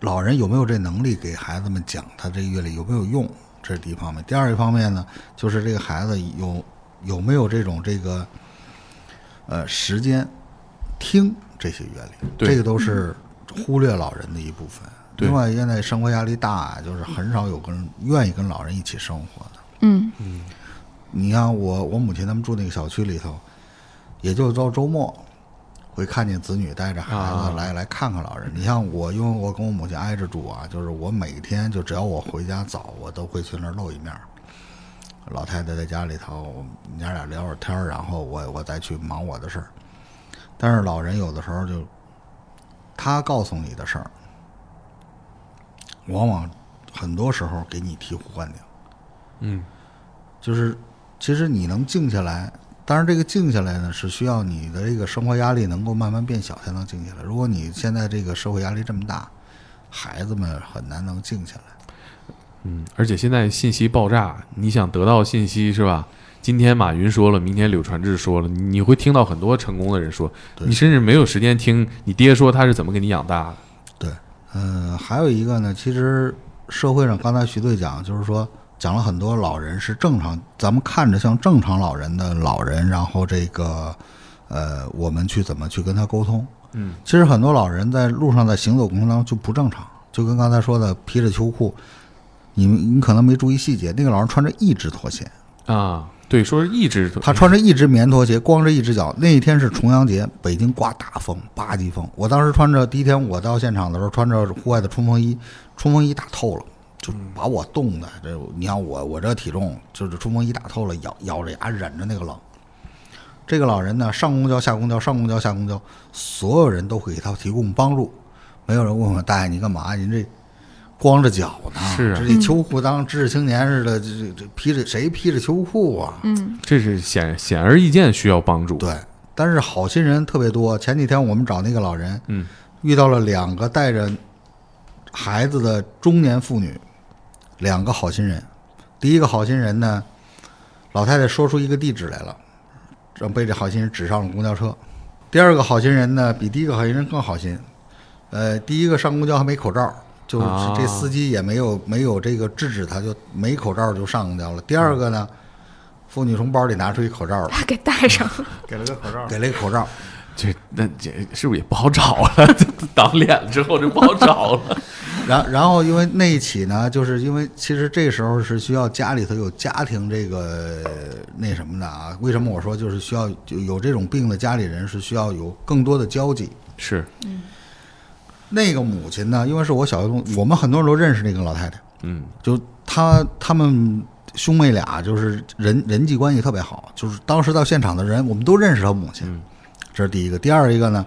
[SPEAKER 2] 老人有没有这能力给孩子们讲他这阅历有没有用，这是第一方面。第二一方面呢，就是这个孩子有有没有这种这个，呃，时间听这些阅历，
[SPEAKER 3] 对
[SPEAKER 2] 这个都是忽略老人的一部分。
[SPEAKER 3] 对
[SPEAKER 2] 另外，现在生活压力大，就是很少有跟人愿意跟老人一起生活的。
[SPEAKER 5] 嗯
[SPEAKER 2] 你看我我母亲他们住那个小区里头，也就到周末会看见子女带着孩
[SPEAKER 3] 啊
[SPEAKER 2] 子来、来看看老人。你像我，因为我跟我母亲挨着住啊，就是我每天就只要我回家早，我都会去那儿露一面儿。老太太在家里头，我们娘俩聊会儿天儿，然后我我再去忙我的事儿。但是老人有的时候就，他告诉你的事儿，往往很多时候给你醍醐灌顶。
[SPEAKER 3] 嗯，
[SPEAKER 2] 就是其实你能静下来，当然这个静下来呢是需要你的这个生活压力能够慢慢变小才能静下来。如果你现在这个社会压力这么大，孩子们很难能静下来。
[SPEAKER 3] 嗯，而且现在信息爆炸，你想得到信息是吧？今天马云说了，明天柳传志说了，你会听到很多成功的人说，
[SPEAKER 2] 对
[SPEAKER 3] 你甚至没有时间听你爹说他是怎么给你养大的。
[SPEAKER 2] 嗯，还有一个呢，其实社会上刚才徐队讲，就是说讲了很多老人是正常，咱们看着像正常老人的老人，然后这个呃，我们去怎么去跟他沟通？
[SPEAKER 3] 嗯，
[SPEAKER 2] 其实很多老人在路上在行走过程当中就不正常，就跟刚才说的披着秋裤，你你可能没注意细节，那个老人穿着一只拖鞋，
[SPEAKER 3] 啊，对，说是啊一直
[SPEAKER 2] 他穿着一只棉拖鞋，光着一只脚。那一天是重阳节，北京刮大风，八级风。我当时穿着第一天我到现场的时候，穿着户外的冲锋衣，冲锋衣打透了，就把我冻的。这你看我我这体重，就是冲锋衣打透了，咬咬着牙忍着那个冷。这个老人呢，上公交下公交，上公交下公交，所有人都会给他提供帮助，没有人问我大爷你干嘛？您这光着脚呢？
[SPEAKER 3] 是啊
[SPEAKER 2] 这这秋裤当知识青年似的，这这这披着谁披着秋裤啊？
[SPEAKER 5] 嗯，
[SPEAKER 3] 这是显显而易见需要帮助。
[SPEAKER 2] 对，但是好心人特别多。前几天我们找那个老人，
[SPEAKER 3] 嗯，
[SPEAKER 2] 遇到了两个带着孩子的中年妇女，两个好心人。第一个好心人呢，老太太说出一个地址来了，让被这好心人指上了公交车。第二个好心人呢，比第一个好心人更好心。呃，第一个上公交还没口罩，就是
[SPEAKER 3] 啊
[SPEAKER 2] 这司机也没有、没有这个制止他，就没口罩就上公交了。第二个呢，妇女从包里拿出一口罩来，
[SPEAKER 5] 他给戴上 (laughs) 了。
[SPEAKER 4] 给了个口罩， (laughs)
[SPEAKER 2] 给了一口罩。
[SPEAKER 3] 这那这是不是也不好找了？ (laughs) 这这挡脸了之后就不好找
[SPEAKER 2] (laughs)
[SPEAKER 3] 了。
[SPEAKER 2] 然然后，因为那一起呢，就是因为其实这时候是需要家里头有家庭这个那什么的啊。为什么我说就是需要就有这种病的家里人是需要有更多的交际？
[SPEAKER 3] 是，
[SPEAKER 2] 那个母亲呢，因为是我小学同，我们很多人都认识那个老太太，
[SPEAKER 3] 嗯，
[SPEAKER 2] 就她他们兄妹俩就是人人际关系特别好，就是当时到现场的人我们都认识她母亲，这是第一个。第二一个呢，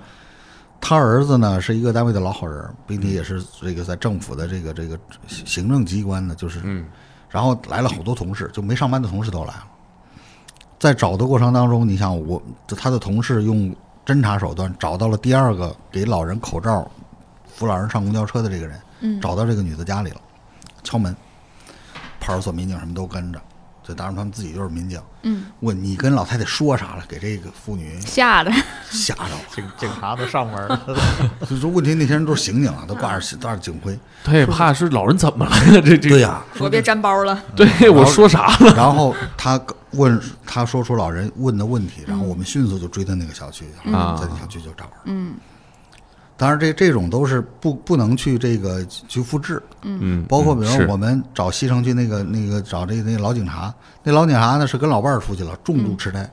[SPEAKER 2] 他儿子呢是一个单位的老好人，并且也是这个在政府的这个这个行政机关呢，就是，嗯，然后来了好多同事，就没上班的同事都来了。在找的过程当中，你想我他的同事用侦查手段找到了第二个给老人口罩扶老人上公交车的这个人，
[SPEAKER 5] 嗯
[SPEAKER 2] 找到这个女的家里了，敲门，派出所民警什么都跟着，就当然他们自己就是民警，
[SPEAKER 5] 嗯，
[SPEAKER 2] 问你跟老太太说啥了，给这个妇女
[SPEAKER 5] 吓
[SPEAKER 3] 嗯
[SPEAKER 5] 得，
[SPEAKER 2] 吓着了。
[SPEAKER 4] 警警察都上门了。
[SPEAKER 3] (laughs)
[SPEAKER 2] 就说问题那些人都是刑警啊，都挂着挂着警徽。
[SPEAKER 3] 他也怕是老人怎么了？ (laughs) 这这
[SPEAKER 2] 对呀、
[SPEAKER 5] 我别粘包了。
[SPEAKER 3] 对我说啥了？
[SPEAKER 2] 然后他问他说出老人问的问题，然后我们迅速就追到那个小区，然后在那小区就找着。嗯，当然这这种都是不不能去这个去复制。
[SPEAKER 3] 嗯，
[SPEAKER 2] 包括比如
[SPEAKER 3] 嗯
[SPEAKER 2] 说
[SPEAKER 3] 是
[SPEAKER 2] 我们找西城区那个那个找这个那个老警察，那老警察呢是跟老伴儿出去了，重度痴呆。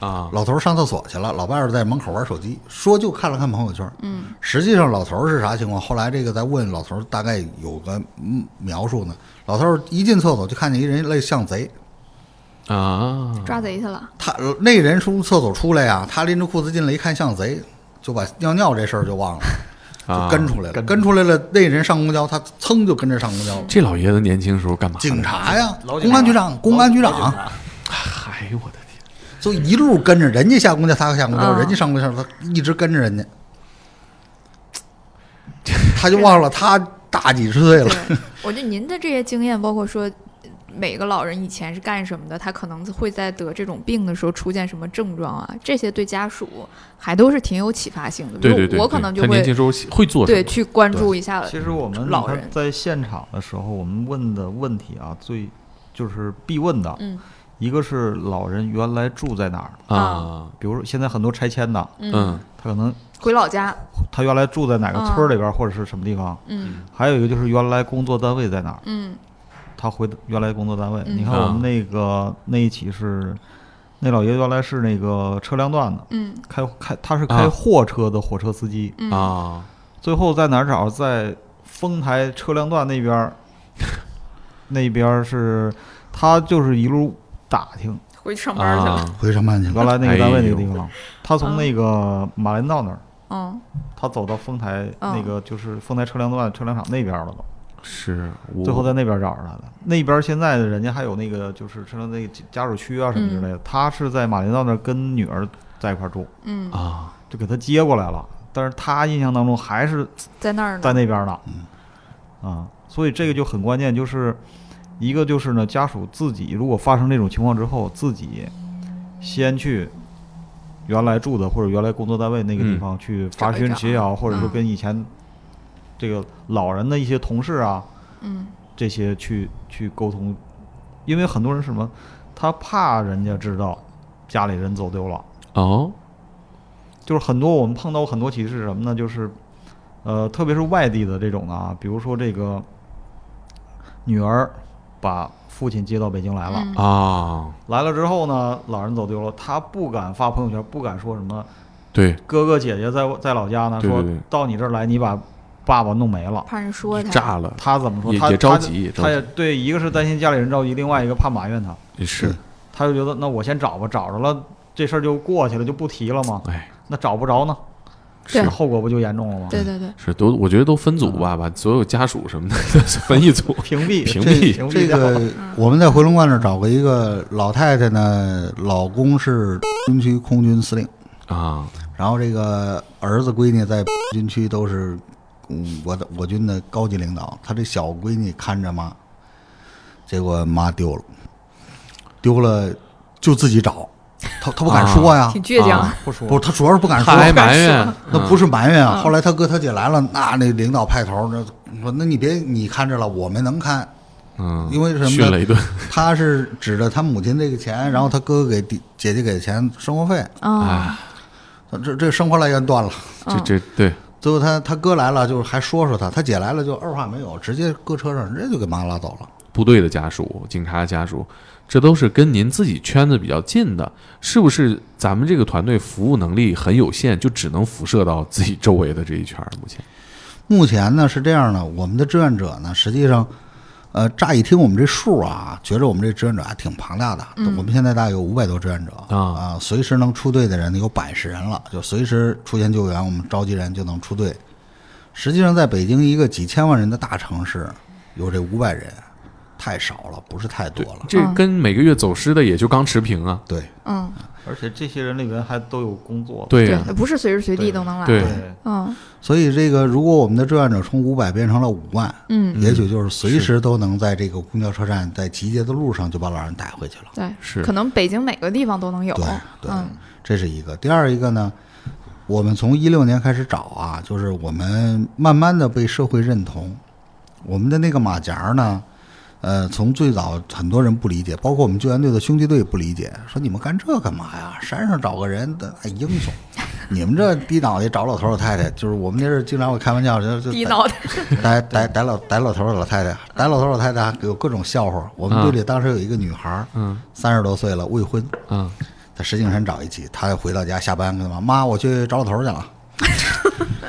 [SPEAKER 3] 啊，
[SPEAKER 2] 老头儿上厕所去了，老伴儿在门口玩手机，说就看了看朋友圈。嗯，实际上老头儿是啥情况？后来这个在问老头儿，大概有个嗯描述呢。老头儿一进厕所就看见一人类像贼，
[SPEAKER 3] 啊，
[SPEAKER 5] 抓贼去了，
[SPEAKER 2] 他那人从厕所出来呀、他拎着裤子进来一看像贼，就把尿尿这事儿就忘了，
[SPEAKER 3] 啊
[SPEAKER 2] 就跟出来了。跟出来了，那人上公交，他噌就跟着上公交了。
[SPEAKER 3] 这老爷子年轻时候干嘛？
[SPEAKER 2] 警察呀，
[SPEAKER 4] 老
[SPEAKER 2] 公安局长，公安局
[SPEAKER 4] 老
[SPEAKER 2] 长，
[SPEAKER 3] 嗨，哎我的天！
[SPEAKER 2] 就一路跟着人家下公交，他下公交，
[SPEAKER 5] 啊
[SPEAKER 2] 人家上公交，他一直跟着人
[SPEAKER 5] (laughs)
[SPEAKER 2] 家，他就忘了他大几十岁
[SPEAKER 5] 对
[SPEAKER 2] 了。，
[SPEAKER 5] 我觉得您的这些经验，包括说每个老人以前是干什么的，他可能会在得这种病的时候出现什么症状啊，这些对家属还都是挺有启发性的。
[SPEAKER 3] 对
[SPEAKER 5] 比如
[SPEAKER 3] 对对，
[SPEAKER 5] 我可能
[SPEAKER 3] 对
[SPEAKER 5] 就
[SPEAKER 3] 他年轻
[SPEAKER 5] 会
[SPEAKER 3] 时候喜会做什
[SPEAKER 5] 对
[SPEAKER 3] 么？
[SPEAKER 5] 去关注一下
[SPEAKER 4] 其实我们
[SPEAKER 5] 老
[SPEAKER 4] 你看
[SPEAKER 5] 人
[SPEAKER 4] 在现场的时候，我们问的问题啊，最就是必问的，
[SPEAKER 5] 嗯
[SPEAKER 4] 一个是老人原来住在哪儿，
[SPEAKER 3] 啊，
[SPEAKER 4] 比如说现在很多拆迁的，
[SPEAKER 3] 嗯，
[SPEAKER 4] 他可能
[SPEAKER 5] 回老家，
[SPEAKER 4] 他原来住在哪个村儿里边儿或者是什么地方，
[SPEAKER 5] 嗯
[SPEAKER 4] 还有一个就是原来工作单位在哪儿，
[SPEAKER 5] 嗯
[SPEAKER 4] 他回原来工作单位。
[SPEAKER 5] 嗯
[SPEAKER 4] 你看我们那个那一起是，那老爷子原来是那个车辆段的，
[SPEAKER 5] 嗯
[SPEAKER 4] 开开他是
[SPEAKER 3] 啊
[SPEAKER 4] 开货车的火车司机，
[SPEAKER 5] 嗯
[SPEAKER 3] 啊，
[SPEAKER 4] 最后在哪儿找？在丰台车辆段那边儿，那边儿是他就是一路打听
[SPEAKER 5] 回去嗯上班去了，
[SPEAKER 3] 啊，
[SPEAKER 2] 回上班去
[SPEAKER 4] 原
[SPEAKER 2] 了，
[SPEAKER 4] 来那个单位那
[SPEAKER 3] 哎
[SPEAKER 4] 个地
[SPEAKER 3] 呦
[SPEAKER 4] 方，他从那个马连道那儿，
[SPEAKER 3] 啊
[SPEAKER 5] 嗯
[SPEAKER 4] 他走到丰台
[SPEAKER 5] 嗯
[SPEAKER 4] 那个就是丰台车辆段车辆厂那边儿了嘛，
[SPEAKER 3] 是
[SPEAKER 4] 最后
[SPEAKER 3] 我
[SPEAKER 4] 在那边儿找着他的。那边儿现在人家还有那个就是车辆那个家属区啊什么之类的，他是在马连道那儿跟女儿在一块儿住，
[SPEAKER 5] 嗯，
[SPEAKER 3] 啊，
[SPEAKER 4] 就给他接过来了。但是他印象当中还是
[SPEAKER 5] 在那儿呢，
[SPEAKER 4] 在那边呢。啊，所以这个就很关键，就是一个就是呢，家属自己如果发生这种情况之后，自己先去原来住的或者原来工作单位那个地
[SPEAKER 3] 嗯
[SPEAKER 4] 方去
[SPEAKER 5] 找
[SPEAKER 4] 发
[SPEAKER 5] 一
[SPEAKER 4] 群
[SPEAKER 5] 找
[SPEAKER 4] 协调，或者说
[SPEAKER 5] 嗯
[SPEAKER 4] 跟以前这个老人的一些同事啊
[SPEAKER 5] 嗯
[SPEAKER 4] 这些去去沟通，因为很多人是什么，他怕人家知道家里人走丢了。
[SPEAKER 3] 哦，
[SPEAKER 4] 就是很多我们碰到过很多歧视是什么呢？就是，呃，特别是外地的这种的啊，比如说这个女儿把父亲接到北京来了。
[SPEAKER 5] 嗯
[SPEAKER 3] 啊，
[SPEAKER 4] 来了之后呢，老人走丢了，他不敢发朋友圈，不敢说什么。
[SPEAKER 3] 对，
[SPEAKER 4] 哥哥姐姐在我在老家呢，
[SPEAKER 3] 对对
[SPEAKER 4] 说
[SPEAKER 3] 对
[SPEAKER 4] 到你这儿来，你把爸爸弄没了。
[SPEAKER 5] 怕人说他
[SPEAKER 3] 炸了，
[SPEAKER 4] 他怎么说？
[SPEAKER 3] 也
[SPEAKER 4] 他
[SPEAKER 3] 也着
[SPEAKER 4] 他
[SPEAKER 3] 急也着
[SPEAKER 4] 他也对，一个是担心家里人着急，另外一个怕埋怨他。
[SPEAKER 3] 是，
[SPEAKER 4] 他就觉得那我先找吧，找着了这事儿就过去了，就不提了嘛。
[SPEAKER 3] 哎，
[SPEAKER 4] 那找不着呢，
[SPEAKER 5] 对
[SPEAKER 4] 这后果不就严重了吗？
[SPEAKER 5] 对对对，
[SPEAKER 3] 是都，我觉得都分组吧，把所有家属什么的 (laughs) 分一组。
[SPEAKER 4] 屏蔽
[SPEAKER 3] 屏
[SPEAKER 4] 这
[SPEAKER 3] 蔽
[SPEAKER 4] 屏
[SPEAKER 2] 这
[SPEAKER 4] 蔽掉。
[SPEAKER 2] 个我们在回龙观那儿找过一个老太太呢，老公是军区空军司令，
[SPEAKER 3] 啊，
[SPEAKER 2] 然后这个儿子闺女在 (laughs) 军区都是，嗯，我的我军的高级领导，他这小闺女看着妈，结果妈丢了，丢了就自己找，他他不敢说呀，
[SPEAKER 5] 挺倔强。
[SPEAKER 3] 啊
[SPEAKER 4] 不说
[SPEAKER 2] 不，他主要是不敢说
[SPEAKER 3] 他。还埋怨，
[SPEAKER 2] 那不
[SPEAKER 3] 是
[SPEAKER 2] 是埋怨啊！
[SPEAKER 5] 嗯
[SPEAKER 2] 后来他哥他姐来了，那那领导派头那说：“那你别你看着了，我们能看，
[SPEAKER 3] 嗯，
[SPEAKER 2] 因为什么呢
[SPEAKER 3] 训了一顿，
[SPEAKER 2] 他是指着他母亲这个钱，然后他哥哥给弟姐姐给钱生活费，
[SPEAKER 5] 啊，
[SPEAKER 3] 哎，
[SPEAKER 2] 这这生活来源断了。
[SPEAKER 5] 嗯
[SPEAKER 3] 这这对，
[SPEAKER 2] 最后他他哥来了，就是还说说他，他姐来了就二话没有，直接搁车上，直接就给妈拉走了。
[SPEAKER 3] 部队的家属、警察的家属，这都是跟您自己圈子比较近的，是不是？咱们这个团队服务能力很有限，就只能辐射到自己周围的这一圈儿。目前，
[SPEAKER 2] 目前呢是这样的，我们的志愿者呢，实际上，呃，乍一听我们这数啊，觉着我们这志愿者还挺庞大的。我们现在大概有五百多志愿者
[SPEAKER 3] 啊
[SPEAKER 2] 随时能出队的人有百十人了，就随时出现救援，我们召集人就能出队。实际上，在北京一个几千万人的大城市，有这五百人，太少了，不是太多了。
[SPEAKER 3] 这跟每个月走失的也就刚持平啊。
[SPEAKER 2] 对，
[SPEAKER 5] 嗯，
[SPEAKER 4] 而且这些人里边还都有工作。
[SPEAKER 3] 对
[SPEAKER 5] 对
[SPEAKER 3] 呀、，
[SPEAKER 5] 不是随时随地都能来。
[SPEAKER 3] 对
[SPEAKER 4] 对，
[SPEAKER 5] 嗯
[SPEAKER 2] 所以这个如果我们的志愿者从五百变成了五万，
[SPEAKER 5] 嗯，
[SPEAKER 2] 也许就是随时都能在这个公交车站，在集结的路上就把老人带回去了。
[SPEAKER 5] 对，
[SPEAKER 3] 是
[SPEAKER 5] 可能北京每个地方都能有。
[SPEAKER 2] 对对
[SPEAKER 5] 嗯
[SPEAKER 2] 这是一个。第二一个呢，我们从一六年开始找啊，就是我们慢慢的被社会认同，我们的那个马甲呢。呃，从最早很多人不理解，包括我们救援队的兄弟队也不理解，说你们干这干嘛呀？山上找个人的、哎、英雄， (laughs) 你们这低脑袋找老头老太太，就是我们那是经常会开玩笑，就就
[SPEAKER 5] 低脑袋。
[SPEAKER 3] (laughs)
[SPEAKER 2] 逮逮逮老逮老头儿老太太，逮老头儿老太太还有各种笑话。我们队里当时有一个女孩，
[SPEAKER 3] 嗯，
[SPEAKER 2] 三十多岁了，未婚，
[SPEAKER 3] 嗯，
[SPEAKER 2] 在石景山找一起，她回到家下班跟她妈妈，我去找老头儿去
[SPEAKER 3] (laughs)
[SPEAKER 2] 了。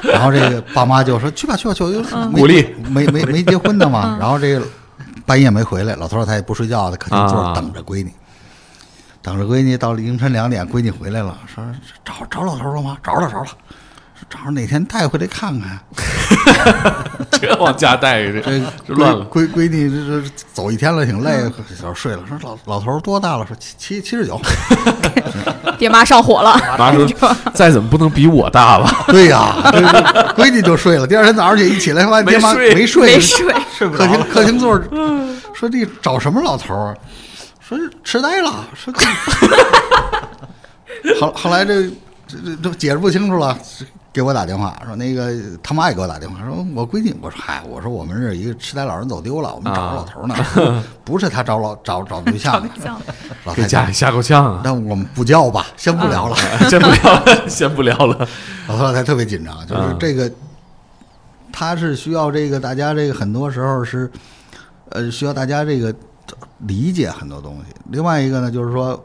[SPEAKER 2] 然后这个爸妈就说去吧去吧去吧，就是没
[SPEAKER 3] 嗯鼓励 (laughs) 嗯
[SPEAKER 2] 没没没结婚的嘛。 (laughs) 然后这个半夜没回来，老头儿他也不睡觉，他肯定坐
[SPEAKER 3] 啊
[SPEAKER 2] 着等着闺女。等着闺女到凌晨两点，闺女回来了，说找找老头儿了吗？找着找着，说找着哪天带回来看啊看。
[SPEAKER 3] 这往家带着，
[SPEAKER 2] 这 (laughs)
[SPEAKER 3] 这乱了。嗯
[SPEAKER 2] 闺闺女这这走一天了，挺累，小睡了。说老老头儿多大了？说七七七十九。 (laughs)
[SPEAKER 5] 爹妈上火了。
[SPEAKER 3] 妈说，再怎么不能比我大吧？
[SPEAKER 2] (laughs) 对呀，这这闺女就睡了。第二天早上起一起来，发现爹妈
[SPEAKER 3] 没睡
[SPEAKER 2] 没睡，
[SPEAKER 5] 没睡，
[SPEAKER 4] 睡不着啊
[SPEAKER 2] 客。厅客厅座儿，说这找什么老头儿？啊说痴呆了，说这后后来这这这这解释不清楚了，给我打电话说那个他妈也给我打电话说，我闺女，我说嗨，我说我们这儿一个痴呆老人走丢了，我们找着老头儿呢，不是他找老找找对象呢，老
[SPEAKER 3] 给
[SPEAKER 2] 太
[SPEAKER 3] 家
[SPEAKER 2] 太
[SPEAKER 3] 里。吓够呛啊！
[SPEAKER 2] (laughs) 那我们不叫吧，先不聊了。
[SPEAKER 3] 先不聊了，先不聊了。
[SPEAKER 2] 老头老太太特别紧张，就是这个，他是需要这个大家这个很多时候是，呃，需要大家这个理解很多东西。另外一个呢，就是说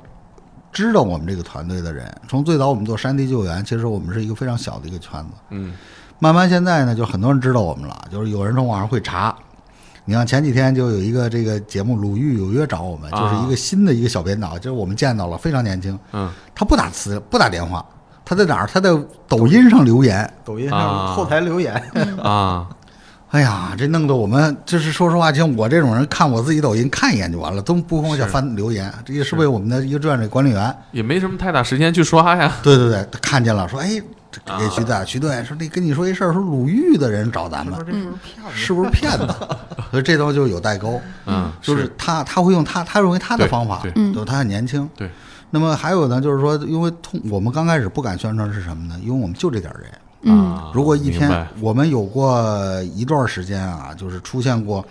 [SPEAKER 2] 知道我们这个团队的人，从最早我们做山地救援，其实我们是一个非常小的一个圈子，
[SPEAKER 3] 嗯，
[SPEAKER 2] 慢慢现在呢，就很多人知道我们了，就是有人从网上会查。你像前几天就有一个这个节目《鲁豫有约》找我们，就是一个新的一个小编导，就是我们见到了，非常年轻。
[SPEAKER 3] 嗯，
[SPEAKER 2] 他不打词，不打电话，他在哪儿？他在抖音上留言。
[SPEAKER 4] 抖音
[SPEAKER 3] 啊
[SPEAKER 4] 上后台留言，
[SPEAKER 3] 啊，
[SPEAKER 2] 哎呀，这弄得我们就是说实话，像我这种人看我自己抖音看一眼就完了，都不光想翻留言。这也是为我们的一个志愿者管理员，
[SPEAKER 3] 也没什么太大时间去刷呀。
[SPEAKER 2] 对对对，他看见了，说哎，这
[SPEAKER 3] 啊
[SPEAKER 2] 给徐队，徐队说那跟你说一事儿，说鲁豫的人找咱们，
[SPEAKER 3] (laughs)
[SPEAKER 5] 嗯
[SPEAKER 2] 是不是骗子？所以这东西就有代沟，
[SPEAKER 3] 嗯，
[SPEAKER 2] 就是他他会用他他认为他的
[SPEAKER 3] 对
[SPEAKER 2] 方法
[SPEAKER 3] 对，
[SPEAKER 2] 就他很年轻，
[SPEAKER 3] 对。
[SPEAKER 2] 那么还有呢，就是说，因为通我们刚开始不敢宣传是什么呢？因为我们就这点儿人，
[SPEAKER 5] 嗯，
[SPEAKER 2] 如果一
[SPEAKER 3] 啊明
[SPEAKER 2] 天
[SPEAKER 3] 白
[SPEAKER 2] 我们有过一段时间啊，就是出现过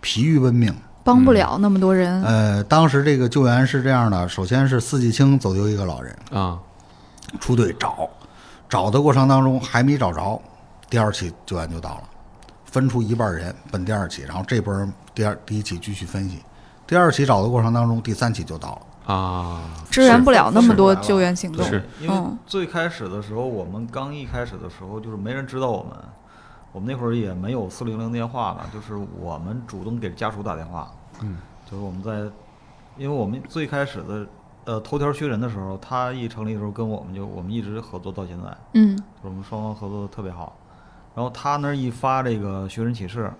[SPEAKER 2] 疲于奔命。
[SPEAKER 5] 帮不了那么多人。
[SPEAKER 2] 呃，当时这个救援是这样的，首先是四季青走丢一个老人，
[SPEAKER 3] 啊，
[SPEAKER 2] 出队找，找的过程当中还没找着，第二起救援就到了，分出一半人奔第二起，然后这波人第二第一起继续分析，第二起找的过程当中，第三起就到了。
[SPEAKER 3] 啊，
[SPEAKER 5] 支援不了那么多
[SPEAKER 4] 是
[SPEAKER 5] 救援行动。
[SPEAKER 4] 对
[SPEAKER 3] 是
[SPEAKER 4] 因为
[SPEAKER 5] 嗯
[SPEAKER 4] 最开始的时候，我们刚一开始的时候，就是没人知道我们，我们那会儿也没有四零零电话了，就是我们主动给家属打电话，
[SPEAKER 3] 嗯，
[SPEAKER 4] 就是我们在，因为我们最开始的呃头条薛仁的时候，他一成立的时候跟我们就我们一直合作到现在，
[SPEAKER 5] 嗯
[SPEAKER 4] 我们双方合作的特别好。然后他那儿一发这个寻人启事，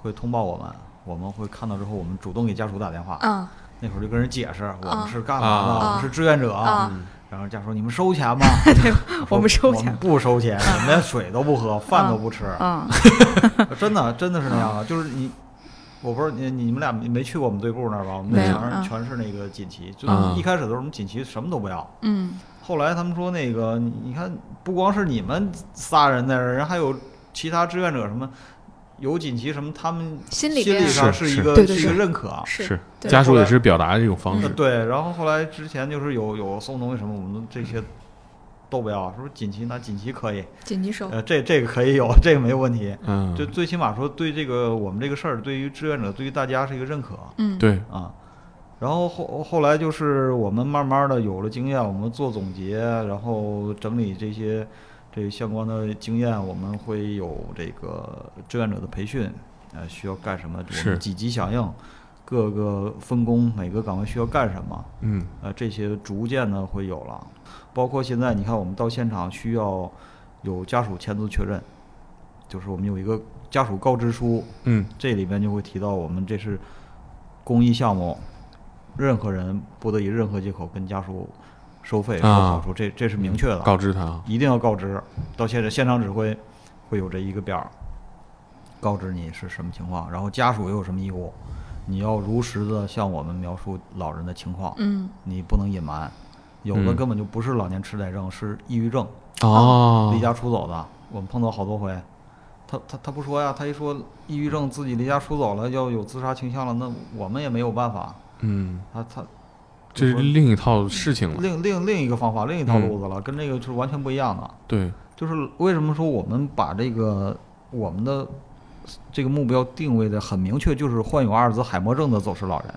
[SPEAKER 4] 会通报我们，我们会看到之后，我们主动给家属打电话。
[SPEAKER 5] 啊
[SPEAKER 4] 那会儿就跟人解释我们是干嘛
[SPEAKER 3] 啊
[SPEAKER 4] 的，我
[SPEAKER 5] 啊
[SPEAKER 4] 们是志愿者。
[SPEAKER 5] 啊
[SPEAKER 4] 然后家属说：“你们收钱
[SPEAKER 5] (laughs)
[SPEAKER 4] 吗？”
[SPEAKER 5] 我们收钱
[SPEAKER 4] 我们不收钱，我们连水都不喝，饭都不吃。
[SPEAKER 5] 啊
[SPEAKER 4] 真的，真的是那样的，就是你。我不是你你们俩没去过我们队部那儿吧？我们
[SPEAKER 5] 没
[SPEAKER 4] 那
[SPEAKER 5] 有
[SPEAKER 4] 墙上
[SPEAKER 5] 啊
[SPEAKER 4] 全是那个锦旗，就
[SPEAKER 3] 啊
[SPEAKER 4] 一开始的时候我们锦旗什么都不要，
[SPEAKER 5] 嗯
[SPEAKER 4] 后来他们说那个，你你看，不光是你们仨人在这儿，人还有其他志愿者什么，有锦旗什么，他们
[SPEAKER 5] 心里边
[SPEAKER 4] 上
[SPEAKER 3] 是
[SPEAKER 4] 是一
[SPEAKER 3] 是
[SPEAKER 4] 个
[SPEAKER 5] 对对
[SPEAKER 4] 一个
[SPEAKER 5] 对
[SPEAKER 4] 认可。啊
[SPEAKER 3] 是
[SPEAKER 5] 对
[SPEAKER 3] 家属
[SPEAKER 4] 后
[SPEAKER 3] 也
[SPEAKER 4] 来
[SPEAKER 3] 是表达这种方
[SPEAKER 4] 呃
[SPEAKER 3] 式，
[SPEAKER 4] 对，然后后来之前就是有有送东西什么，我们这些都不要，说锦旗拿锦旗可以，
[SPEAKER 5] 紧急收
[SPEAKER 4] 呃，这这个可以有，这个没有问题。
[SPEAKER 3] 嗯，
[SPEAKER 4] 就最起码说对这个我们这个事儿，对于志愿者，对于大家是一个认可。
[SPEAKER 5] 嗯
[SPEAKER 3] 对，
[SPEAKER 4] 啊。然后后后来就是我们慢慢的有了经验，我们做总结，然后整理这些这相关的经验，我们会有这个志愿者的培训，呃，需要干什么，我
[SPEAKER 3] 是
[SPEAKER 4] 们几级响应，各个分工，每个岗位需要干什么，
[SPEAKER 3] 嗯
[SPEAKER 4] 呃，这些逐渐的会有了。包括现在你看，我们到现场需要有家属签字确认，就是我们有一个家属告知书，
[SPEAKER 3] 嗯
[SPEAKER 4] 这里边就会提到我们这是公益项目，任何人不得以任何借口跟家属收费收
[SPEAKER 3] 啊
[SPEAKER 4] 好处，这这是明确的，
[SPEAKER 3] 告知他啊
[SPEAKER 4] 一定要告知。到现在现场指挥会有这一个表儿，告知你是什么情况，然后家属又有什么义务，你要如实的向我们描述老人的情况，
[SPEAKER 5] 嗯
[SPEAKER 4] 你不能隐瞒。有的
[SPEAKER 3] 嗯
[SPEAKER 4] 根本就不是老年痴呆症，是抑郁症。
[SPEAKER 3] 哦
[SPEAKER 4] 离家出走的，我们碰到好多回。他他他不说呀，他一说抑郁症自己离家出走了，要有自杀倾向了，那我们也没有办法。
[SPEAKER 3] 嗯，
[SPEAKER 4] 他他
[SPEAKER 3] 这是另一嗯套事情了，
[SPEAKER 4] 另另另一个方法，另一条路子了，跟这个是完全不一样的。
[SPEAKER 3] 对，
[SPEAKER 4] 就是为什么说我们把这个我们的这个目标定位的很明确，就是患有阿尔兹海默症的走失老人。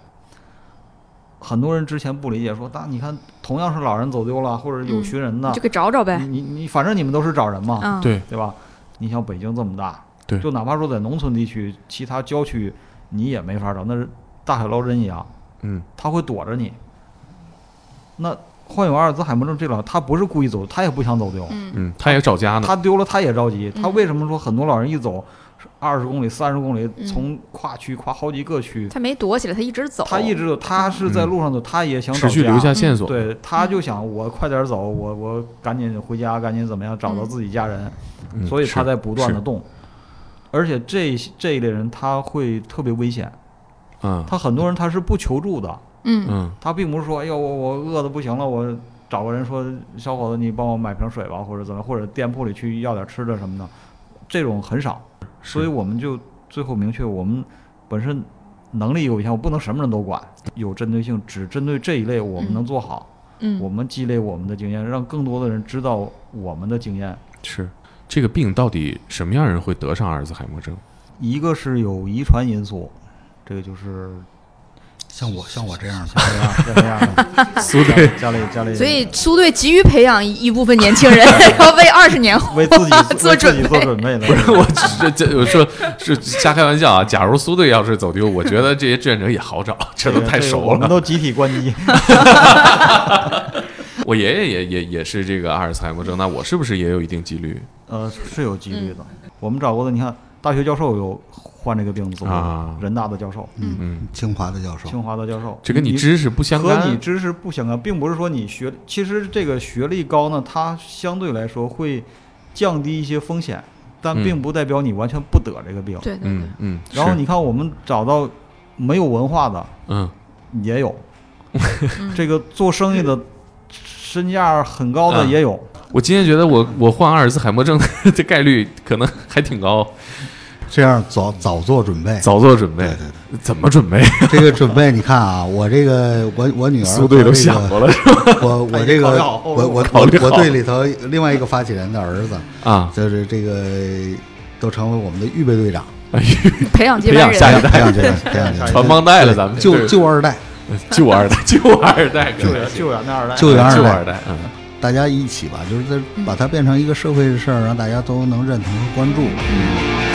[SPEAKER 4] 很多人之前不理解说，那你看同样是老人走丢了，或者有
[SPEAKER 5] 嗯
[SPEAKER 4] 寻人的
[SPEAKER 5] 你就，给找找呗。
[SPEAKER 4] 你你你，反正你们都是找人嘛，
[SPEAKER 5] 啊，
[SPEAKER 3] 对，
[SPEAKER 4] 嗯对吧？你像北京这么大，
[SPEAKER 3] 对
[SPEAKER 4] 就哪怕说在农村地区，其他郊区你也没法找，那是大海捞针一样，
[SPEAKER 3] 嗯
[SPEAKER 4] 他会躲着你。那患有阿尔兹海默症这老，他不是故意走，他也不想走丢，
[SPEAKER 5] 嗯
[SPEAKER 3] 嗯，他也找家呢，
[SPEAKER 4] 他丢了他也着急。
[SPEAKER 5] 嗯
[SPEAKER 4] 他为什么说很多老人一走二十公里、三十公里，
[SPEAKER 5] 嗯
[SPEAKER 4] 从跨区跨好几个区，
[SPEAKER 5] 他没躲起来，他一直走。
[SPEAKER 4] 他一直走，他是在路上走，他也想找
[SPEAKER 3] 嗯持续
[SPEAKER 4] 家
[SPEAKER 3] 留下线索，
[SPEAKER 4] 对，他就想我快点走，我我赶紧回家，赶紧怎么样找到
[SPEAKER 5] 嗯
[SPEAKER 4] 自己家人，
[SPEAKER 3] 嗯
[SPEAKER 4] 所以他
[SPEAKER 3] 是
[SPEAKER 4] 在不断的
[SPEAKER 3] 是
[SPEAKER 4] 动。而且这这一类人他会特别危险，
[SPEAKER 3] 嗯
[SPEAKER 4] 他很多人他是不求助的，
[SPEAKER 5] 嗯
[SPEAKER 3] 嗯
[SPEAKER 4] 他并不是说哎呦我我饿的不行了，我找个人说小伙子你帮我买瓶水吧，或者怎么，或者店铺里去要点吃的什么的，这种很少。所以我们就最后明确，我们本身能力有限，我不能什么人都管，有针对性，只针对这一类我们能
[SPEAKER 5] 嗯
[SPEAKER 4] 做好。我
[SPEAKER 5] 嗯
[SPEAKER 4] 们积累我们的经验，让更多的人知道我们的经验。
[SPEAKER 3] 是这个病到底什么样人会得上阿尔兹海默
[SPEAKER 5] (laughs)
[SPEAKER 3] 症？
[SPEAKER 4] 一个是有遗传因素，这个就是
[SPEAKER 2] 像我像我这样的，
[SPEAKER 4] 像这样像这样的
[SPEAKER 3] 苏队 (laughs)
[SPEAKER 4] 家里家里，
[SPEAKER 5] 所以苏队急于培养一一部分年轻人， (laughs) 然后为二十年后
[SPEAKER 4] 为
[SPEAKER 5] (laughs)
[SPEAKER 4] 自己
[SPEAKER 5] 做
[SPEAKER 4] 为自己
[SPEAKER 5] 准
[SPEAKER 4] 做
[SPEAKER 5] 备
[SPEAKER 4] 准备的。
[SPEAKER 3] 我这这我说是瞎开玩笑啊！假如苏队要是走丢，我觉得这些志愿者也好找，这都
[SPEAKER 4] 个
[SPEAKER 3] 太
[SPEAKER 4] 个
[SPEAKER 3] 熟
[SPEAKER 4] 我们
[SPEAKER 3] 了。
[SPEAKER 4] 都集体关机。
[SPEAKER 3] 我爷爷也也也是这个阿尔茨海默症，那我是不是也有一定几率
[SPEAKER 4] 呃，是有几率的。我们找过的，你看，大学教授有患这个病的做过，
[SPEAKER 3] 啊
[SPEAKER 4] 人大的教授，
[SPEAKER 3] 嗯
[SPEAKER 2] 清华的教授，
[SPEAKER 4] 清华的教授，
[SPEAKER 3] 这跟你
[SPEAKER 4] 你
[SPEAKER 3] 知识不相
[SPEAKER 4] 和
[SPEAKER 3] 干，
[SPEAKER 4] 你知识不相干，并不是说你学，其实这个学历高呢，它相对来说会降低一些风险，但
[SPEAKER 3] 嗯
[SPEAKER 4] 并不代表你完全不得这个病。
[SPEAKER 5] 对对对
[SPEAKER 3] 嗯，嗯，是
[SPEAKER 4] 然后你看，我们找到没有文化的
[SPEAKER 3] 嗯
[SPEAKER 4] 也有，
[SPEAKER 5] 嗯
[SPEAKER 4] 这个做生意的身价很高的
[SPEAKER 3] 嗯
[SPEAKER 4] 也有，
[SPEAKER 3] 我今天觉得我我患阿尔兹海默症的概率可能还挺高，
[SPEAKER 2] 这样早早做准备。
[SPEAKER 3] 早做准备
[SPEAKER 2] 对，对
[SPEAKER 3] 怎么准备？
[SPEAKER 2] 对，这个准备你看啊，我这个我我女儿
[SPEAKER 3] 苏队
[SPEAKER 2] 和
[SPEAKER 3] 都
[SPEAKER 2] 这
[SPEAKER 3] 想
[SPEAKER 2] 个
[SPEAKER 3] 过了
[SPEAKER 2] 我
[SPEAKER 4] (laughs) 哎
[SPEAKER 2] 我这个
[SPEAKER 4] 考虑好
[SPEAKER 2] 我我
[SPEAKER 3] 考
[SPEAKER 2] 我
[SPEAKER 3] 虑好
[SPEAKER 2] 我队里头另外一个发起人的儿子，
[SPEAKER 3] 啊
[SPEAKER 2] 就是这个都成为我们的预备队长，
[SPEAKER 3] 哎
[SPEAKER 5] 培养接
[SPEAKER 3] 培
[SPEAKER 5] 班
[SPEAKER 3] 养
[SPEAKER 5] 人，
[SPEAKER 3] 下一代
[SPEAKER 2] 培养这个，培养这个
[SPEAKER 3] 传帮带了，咱们
[SPEAKER 2] 就就二代，
[SPEAKER 3] (laughs) 就二代，就二代，
[SPEAKER 4] 救
[SPEAKER 3] 对
[SPEAKER 4] 援救援的二代，
[SPEAKER 2] 就援
[SPEAKER 3] 就
[SPEAKER 2] 二
[SPEAKER 3] 二
[SPEAKER 2] 代，
[SPEAKER 3] 代，嗯，
[SPEAKER 2] 大家一起吧，就是在把它变成一个社会的事儿，让大家都能认同和关注。嗯